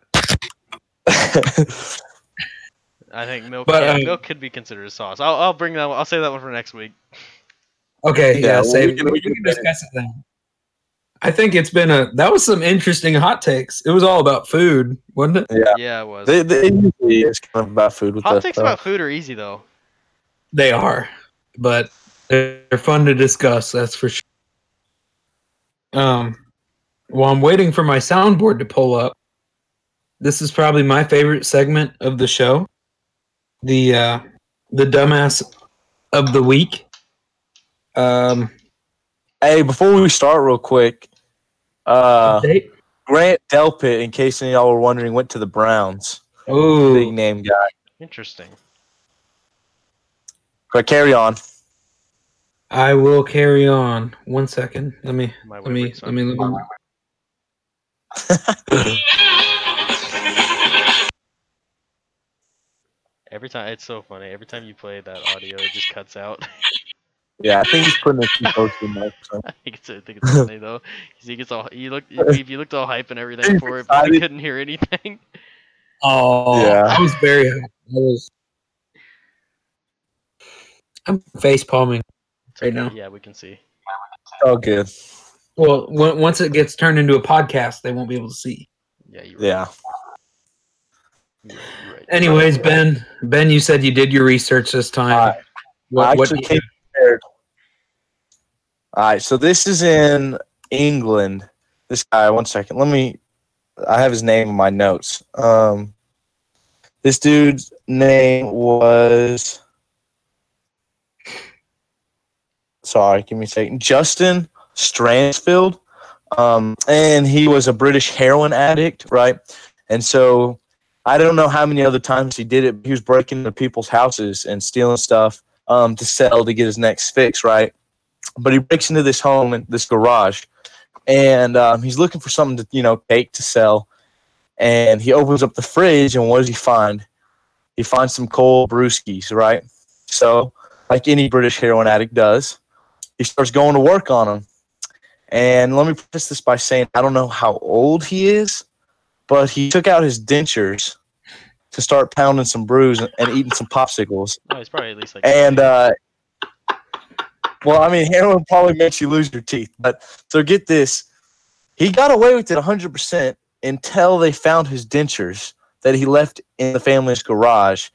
[SPEAKER 3] I think milk.
[SPEAKER 1] But,
[SPEAKER 3] yeah,
[SPEAKER 1] um,
[SPEAKER 3] milk could be considered a sauce. I'll, I'll bring that. One, I'll say that one for next week.
[SPEAKER 1] Okay,
[SPEAKER 2] Yeah,
[SPEAKER 1] yeah,
[SPEAKER 2] well,
[SPEAKER 1] save
[SPEAKER 2] we can- we
[SPEAKER 1] we
[SPEAKER 2] can
[SPEAKER 1] can discuss it then. I think it's been a that was some interesting hot takes. It was all about food, wasn't it?
[SPEAKER 2] yeah.
[SPEAKER 3] Yeah, it was.
[SPEAKER 2] They, they usually is kind of about food with
[SPEAKER 3] Hot
[SPEAKER 2] us,
[SPEAKER 3] takes
[SPEAKER 2] though.
[SPEAKER 3] about food are easy though.
[SPEAKER 1] They are, but they're they're fun to discuss. That's for sure. Um, while I'm waiting for my soundboard to pull up, this is probably my favorite segment of the show. The uh, the dumbass of the week. Um,
[SPEAKER 2] Hey, before we start, real quick, uh,
[SPEAKER 1] update?
[SPEAKER 2] Grant Delpit, in case any of y'all were wondering, went to the Browns. Big
[SPEAKER 1] Ooh,
[SPEAKER 2] name guy.
[SPEAKER 3] Interesting.
[SPEAKER 2] But carry on.
[SPEAKER 1] I will carry on. One second. Let me
[SPEAKER 3] My
[SPEAKER 1] Let me,
[SPEAKER 3] wayward
[SPEAKER 1] let
[SPEAKER 3] son.
[SPEAKER 1] me, let me.
[SPEAKER 3] Every time it's so funny. Every time you play that audio, it just cuts out.
[SPEAKER 2] Yeah, I think he's putting a few posts in there. So.
[SPEAKER 3] I think it's, I think it's funny though, 'cause he gets all you looked if you looked all hype and everything
[SPEAKER 2] He's
[SPEAKER 3] for it, but I
[SPEAKER 2] excited.
[SPEAKER 3] couldn't hear anything.
[SPEAKER 1] Oh,
[SPEAKER 2] Yeah.
[SPEAKER 1] I was very. I was. I'm face palming right now.
[SPEAKER 3] Yeah, we can see.
[SPEAKER 2] Oh, good.
[SPEAKER 1] Well, w- once it gets turned into a podcast, they won't be able to see.
[SPEAKER 3] Yeah, you're right.
[SPEAKER 2] Yeah.
[SPEAKER 3] You're right, you're right.
[SPEAKER 1] Anyways, Ben, Ben, you said you did your research this time.
[SPEAKER 2] Alright. I
[SPEAKER 1] what, what
[SPEAKER 2] actually came prepared. All right, so this is in England. This guy, one second. Let me. I have his name in my notes. Um, this dude's name was. Sorry, give me a second. Justin Stransfield. Um, and he was a British heroin addict, right? And so I don't know how many other times he did it. But he was breaking into people's houses and stealing stuff um, to sell to get his next fix, right? But he breaks into this home and this garage, and um, he's looking for something to you know bake to sell. And he opens up the fridge, and what does he find? He finds some cold brewskis, right? So, like any British heroin addict does, he starts going to work on them. And let me preface this by saying I don't know how old he is, but he took out his dentures to start pounding some brews and eating some popsicles.
[SPEAKER 3] No, he's probably at least like.
[SPEAKER 2] And uh, well, I mean, heroin probably makes you lose your teeth. But so get this, he got away with it 100% until they found his dentures that he left in the family's garage.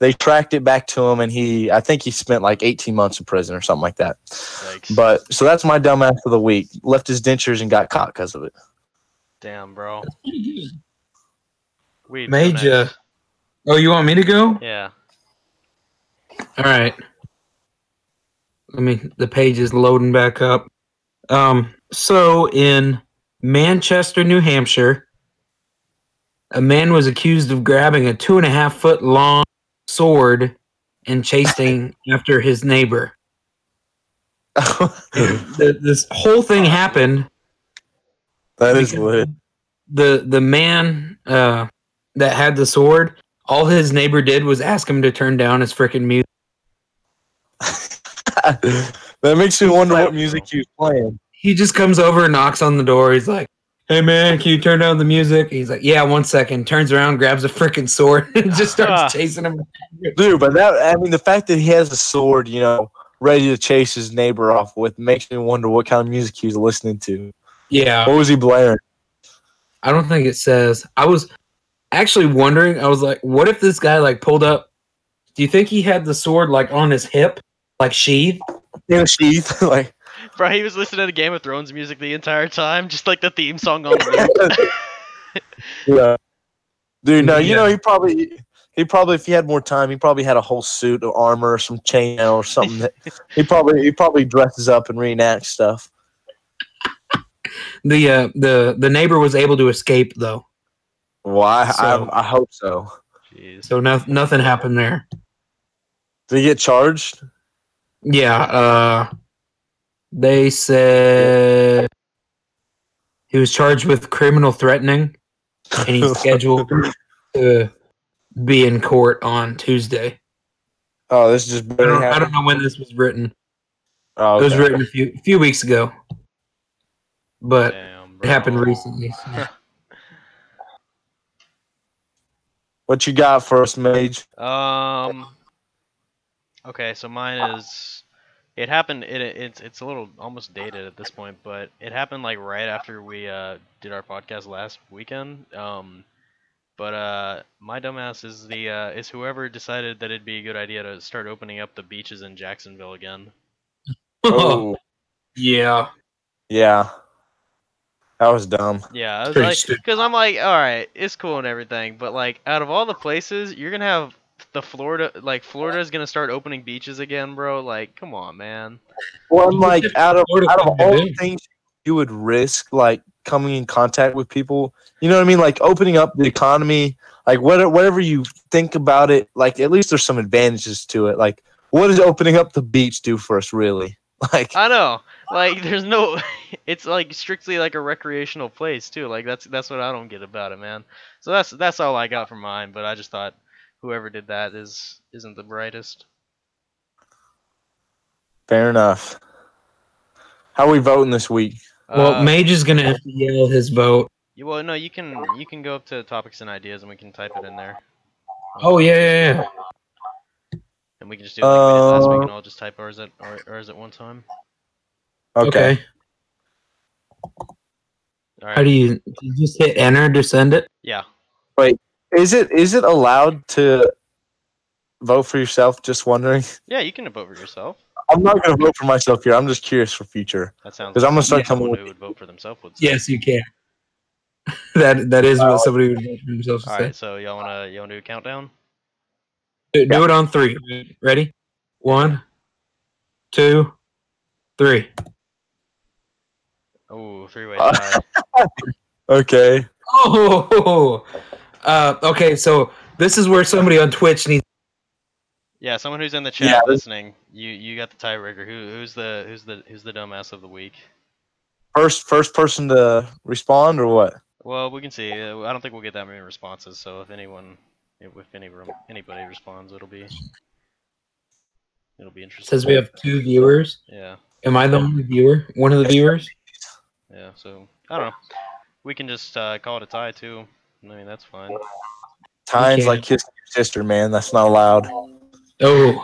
[SPEAKER 2] They tracked it back to him, and he, I think he spent like 18 months in prison or something like that.
[SPEAKER 3] Yikes.
[SPEAKER 2] But so that's my dumbass of the week. Left his dentures and got caught because of it.
[SPEAKER 3] Damn, bro. Weed go next.
[SPEAKER 1] Major. Oh, you want me to go?
[SPEAKER 3] Yeah.
[SPEAKER 1] All right. Let me. The page is loading back up. Um. So in Manchester, New Hampshire, a man was accused of grabbing a two and a half foot long sword and chasing after his neighbor. Th- this whole thing happened.
[SPEAKER 2] that is lit.
[SPEAKER 1] The the man uh, that had the sword, all his neighbor did was ask him to turn down his freaking music.
[SPEAKER 2] that makes me wonder what music he was playing.
[SPEAKER 1] He just comes over and knocks on the door. He's like, "Hey man, can you turn down the music?" He's like, "Yeah, one second." Turns around, grabs a freaking sword, and just starts chasing him.
[SPEAKER 2] Dude, but that I mean the fact that he has a sword, you know, ready to chase his neighbor off with makes me wonder what kind of music he was listening to.
[SPEAKER 1] Yeah,
[SPEAKER 2] What was he blaring?
[SPEAKER 1] I don't think it says. I was actually wondering. I was like, "What if this guy like pulled up? Do you think he had the sword like on his hip, like sheath?"
[SPEAKER 2] In a sheath, like
[SPEAKER 3] Bro, he was listening to Game of Thrones music the entire time, just like the theme song on the
[SPEAKER 2] yeah. Dude, no, you
[SPEAKER 1] Yeah.
[SPEAKER 2] know he probably he probably if he had more time, he probably had a whole suit of armor or some chain or something that he probably he probably dresses up and reenacts stuff.
[SPEAKER 1] The uh, the the neighbor was able to escape though,
[SPEAKER 2] Well, I
[SPEAKER 1] So-
[SPEAKER 2] I, I hope so.
[SPEAKER 3] Jeez.
[SPEAKER 1] so no, nothing happened there.
[SPEAKER 2] Did he get charged?
[SPEAKER 1] Yeah, uh they said he was charged with criminal threatening and he's scheduled to be in court on Tuesday.
[SPEAKER 2] Oh, this just
[SPEAKER 1] I
[SPEAKER 2] barely
[SPEAKER 1] don't, I
[SPEAKER 2] happened.
[SPEAKER 1] don't know when this was written.
[SPEAKER 2] Oh,
[SPEAKER 1] It was
[SPEAKER 2] okay.
[SPEAKER 1] written a few few weeks ago. But
[SPEAKER 3] Damn,
[SPEAKER 1] it happened
[SPEAKER 3] bro.
[SPEAKER 1] recently. so-
[SPEAKER 2] What you got for us, Mage?
[SPEAKER 3] Um. Okay, so mine is. It happened. It it's it's a little almost dated at this point, but it happened like right after we uh did our podcast last weekend. Um, but uh, my dumbass is the uh, is whoever decided that it'd be a good idea to start opening up the beaches in Jacksonville again.
[SPEAKER 2] Oh,
[SPEAKER 1] yeah.
[SPEAKER 2] yeah. That was dumb.
[SPEAKER 3] Yeah, I was
[SPEAKER 1] Pretty
[SPEAKER 3] like,
[SPEAKER 1] stupid.
[SPEAKER 3] because I'm like, all right, it's cool and everything, but like, out of all the places, you're gonna have the Florida, like, Florida's gonna start opening beaches again, bro. Like, come on, man.
[SPEAKER 2] Well, I'm
[SPEAKER 1] What
[SPEAKER 2] like
[SPEAKER 1] did
[SPEAKER 2] out of
[SPEAKER 1] Florida
[SPEAKER 2] out of
[SPEAKER 1] fucking
[SPEAKER 2] all
[SPEAKER 1] do?
[SPEAKER 2] the things you would risk, like coming in contact with people. You know what I mean? Like opening up the economy. Like whatever, whatever you think about it, like at least there's some advantages to it. Like what does opening up the beach do for us, really? Like
[SPEAKER 3] I know, like, there's no, it's like strictly like a recreational place too. Like, that's that's what I don't get about it, man. So that's that's all I got from mine, but I just thought whoever did that is isn't the brightest.
[SPEAKER 2] fair enough. How we voting this week?
[SPEAKER 1] Well,
[SPEAKER 3] Uh,
[SPEAKER 1] Mage is gonna have to yell his vote.
[SPEAKER 3] you- well, no, you can you can go up to topics and ideas, and we can type it in there.
[SPEAKER 1] Oh yeah, yeah, yeah.
[SPEAKER 3] And we can just do it like we did last week
[SPEAKER 2] Uh,
[SPEAKER 3] and all just type ours at or, ours at one time.
[SPEAKER 1] Okay.
[SPEAKER 3] All
[SPEAKER 1] How
[SPEAKER 3] right.
[SPEAKER 1] do you, do you just hit enter to send it?
[SPEAKER 3] yeah.
[SPEAKER 2] Is it is it allowed to vote for yourself? Just wondering.
[SPEAKER 3] Yeah, you can vote for yourself.
[SPEAKER 2] I'm not gonna vote for myself here. I'm just curious for future
[SPEAKER 3] That sounds.
[SPEAKER 2] because I'm gonna start
[SPEAKER 1] Yeah.
[SPEAKER 2] coming
[SPEAKER 3] someone
[SPEAKER 2] with.
[SPEAKER 3] who would vote for themselves would. say.
[SPEAKER 1] Yes, you can. that that is what somebody would vote for themselves to
[SPEAKER 3] All
[SPEAKER 1] say.
[SPEAKER 3] right. So y'all wanna y'all wanna do a countdown?
[SPEAKER 1] Do, do it on three. Ready? One, two, three.
[SPEAKER 3] Oh, three way
[SPEAKER 2] Uh,
[SPEAKER 3] tie.
[SPEAKER 2] Okay.
[SPEAKER 1] Oh. Uh, okay, so this is where somebody on Twitch needs.
[SPEAKER 3] yeah, someone who's in the chat
[SPEAKER 2] Yeah,
[SPEAKER 3] listening. You you got the tiebreaker. Who who's the who's the who's the dumbass of the week?
[SPEAKER 2] First first person to respond or what?
[SPEAKER 3] Well, we can see. Uh, I don't think we'll get that many responses. So if anyone, if any anybody responds, it'll be it'll be interesting.
[SPEAKER 1] Says we have two viewers.
[SPEAKER 3] Yeah.
[SPEAKER 1] Am I the only viewer? One of the viewers?
[SPEAKER 3] Yeah, so I don't know. We can just uh, call it a tie too. I mean, that's fine.
[SPEAKER 2] Tynes
[SPEAKER 1] Okay.
[SPEAKER 2] like kissing your sister, man. That's not allowed.
[SPEAKER 1] Oh,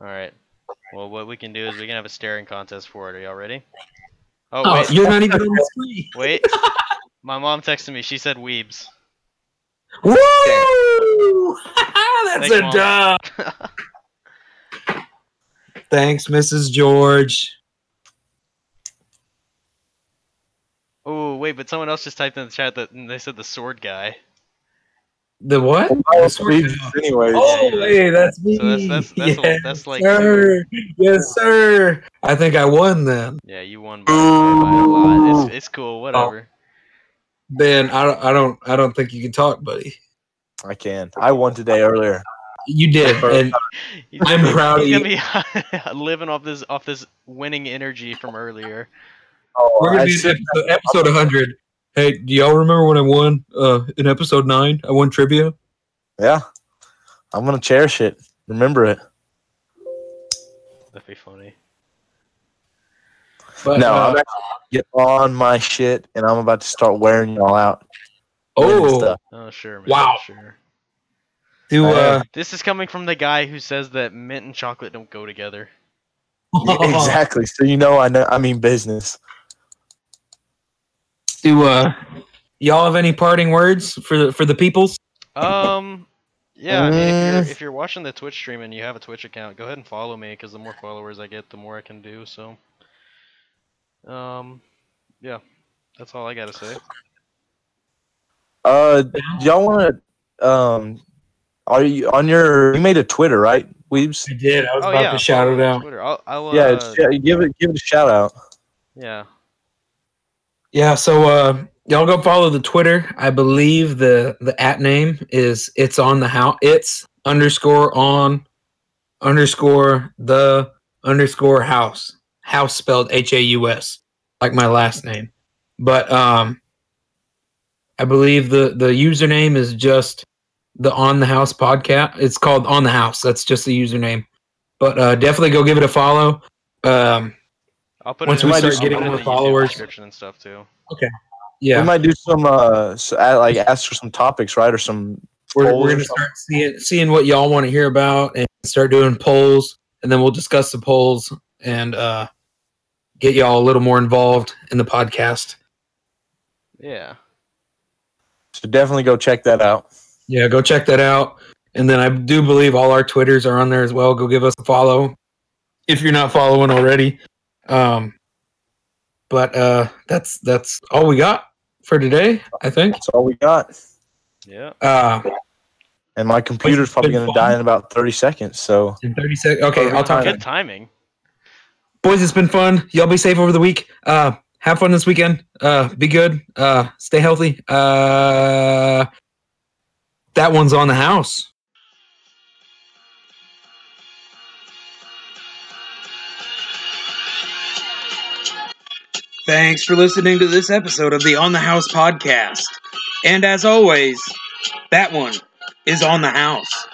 [SPEAKER 3] All right. Well, what we can do is we can have a staring contest for it. Are y'all ready? Oh
[SPEAKER 1] oh
[SPEAKER 3] wait,
[SPEAKER 1] you're not even on the screen.
[SPEAKER 3] wait. My mom texted me. She said weebs.
[SPEAKER 1] Woo! That's
[SPEAKER 3] Thanks,
[SPEAKER 1] a
[SPEAKER 3] Mom.
[SPEAKER 1] dub. Thanks, Mrs. George.
[SPEAKER 3] Oh wait, but someone else just typed in the chat that and they said the sword guy.
[SPEAKER 1] The what? The sword guy.
[SPEAKER 2] Anyway,
[SPEAKER 1] Oh, hey, that's me.
[SPEAKER 3] So that's that's that's,
[SPEAKER 1] yes,
[SPEAKER 3] that's like
[SPEAKER 1] sir. Yes, sir. I think I won then.
[SPEAKER 3] yeah, you won by, by a lot. It's, it's cool. Whatever.
[SPEAKER 1] Oh. Ben, I don't, I don't, I don't think you can talk, buddy.
[SPEAKER 2] I can. I won today earlier.
[SPEAKER 1] You did, and
[SPEAKER 3] He's-
[SPEAKER 1] I'm proud of
[SPEAKER 3] He's
[SPEAKER 1] you.
[SPEAKER 3] gonna be living off this off this winning energy from earlier.
[SPEAKER 2] Oh,
[SPEAKER 1] We're gonna
[SPEAKER 2] I
[SPEAKER 1] do
[SPEAKER 2] sit-
[SPEAKER 1] episode, episode 100. Hey, do y'all remember when I won uh, in episode nine? I won trivia.
[SPEAKER 2] yeah. I'm gonna cherish it. Remember it.
[SPEAKER 3] That'd be funny.
[SPEAKER 1] But,
[SPEAKER 2] no,
[SPEAKER 1] uh,
[SPEAKER 2] I'm actually get on my shit, and I'm about to start wearing y'all out.
[SPEAKER 1] oh,
[SPEAKER 2] stuff.
[SPEAKER 3] Oh sure, man.
[SPEAKER 1] Wow.
[SPEAKER 3] Sure.
[SPEAKER 1] do,
[SPEAKER 2] I
[SPEAKER 1] uh,
[SPEAKER 3] This is coming from the guy who says that mint and chocolate don't go together.
[SPEAKER 2] Yeah, exactly. So you know, I know. I mean business.
[SPEAKER 1] do uh, y'all have any parting words for the for the peoples?
[SPEAKER 3] Um, yeah. I mean, if
[SPEAKER 2] Uh.
[SPEAKER 3] you're if you're watching the Twitch stream and you have a Twitch account, go ahead and follow me because the more followers I get, the more I can do. So, um, yeah, that's all I gotta say.
[SPEAKER 2] Uh, y'all want to? Um, are you on your? You made a Twitter, right, Weebs?
[SPEAKER 1] I did. I was
[SPEAKER 3] oh
[SPEAKER 1] about
[SPEAKER 3] yeah,
[SPEAKER 1] to shout
[SPEAKER 3] follow
[SPEAKER 1] it
[SPEAKER 3] me on
[SPEAKER 1] out.
[SPEAKER 3] Twitter. I'll, I'll, uh,
[SPEAKER 2] yeah, it's, yeah. Give it, give it a shout out.
[SPEAKER 3] yeah.
[SPEAKER 1] Yeah, so uh, y'all go follow the Twitter. I believe the the at name is it's on the house. It's underscore on underscore the underscore house. House spelled H A U S, like my last name. But um, I believe the the username is just the on the house podcast. It's called on the house. That's just the username. But uh, definitely go give it a follow. Um,
[SPEAKER 3] I'll put
[SPEAKER 1] Once
[SPEAKER 3] it in
[SPEAKER 2] we
[SPEAKER 3] the-
[SPEAKER 2] start
[SPEAKER 3] I'll
[SPEAKER 2] getting
[SPEAKER 3] put it in
[SPEAKER 1] more
[SPEAKER 3] the YouTube
[SPEAKER 1] followers-
[SPEAKER 3] description and stuff too.
[SPEAKER 1] yeah.
[SPEAKER 2] We might do some uh, s- uh, like ask for some topics, right, or some.
[SPEAKER 1] we're,
[SPEAKER 2] polls
[SPEAKER 1] we're
[SPEAKER 2] or
[SPEAKER 1] gonna
[SPEAKER 2] something.
[SPEAKER 1] start seeing seeing what y'all want to hear about and start doing polls and then we'll discuss the polls and uh get y'all a little more involved in the podcast
[SPEAKER 3] Yeah.
[SPEAKER 2] So definitely go check that out.
[SPEAKER 1] yeah go check that out and then i do believe all our twitters are on there as well go give us a follow if you're not following already um but uh that's that's all we got for today i think
[SPEAKER 2] That's all we got.
[SPEAKER 3] Yeah.
[SPEAKER 1] uh
[SPEAKER 2] And my computer's probably
[SPEAKER 1] been
[SPEAKER 2] gonna
[SPEAKER 1] fun.
[SPEAKER 2] die in about thirty seconds. So
[SPEAKER 1] in 30 seconds okay i'll talk
[SPEAKER 3] Good timing.
[SPEAKER 1] boys it's been fun y'all be safe over the week uh have fun this weekend uh be good uh stay healthy uh that one's on the house thanks for listening to this episode of the on the house podcast and as always that one is on the house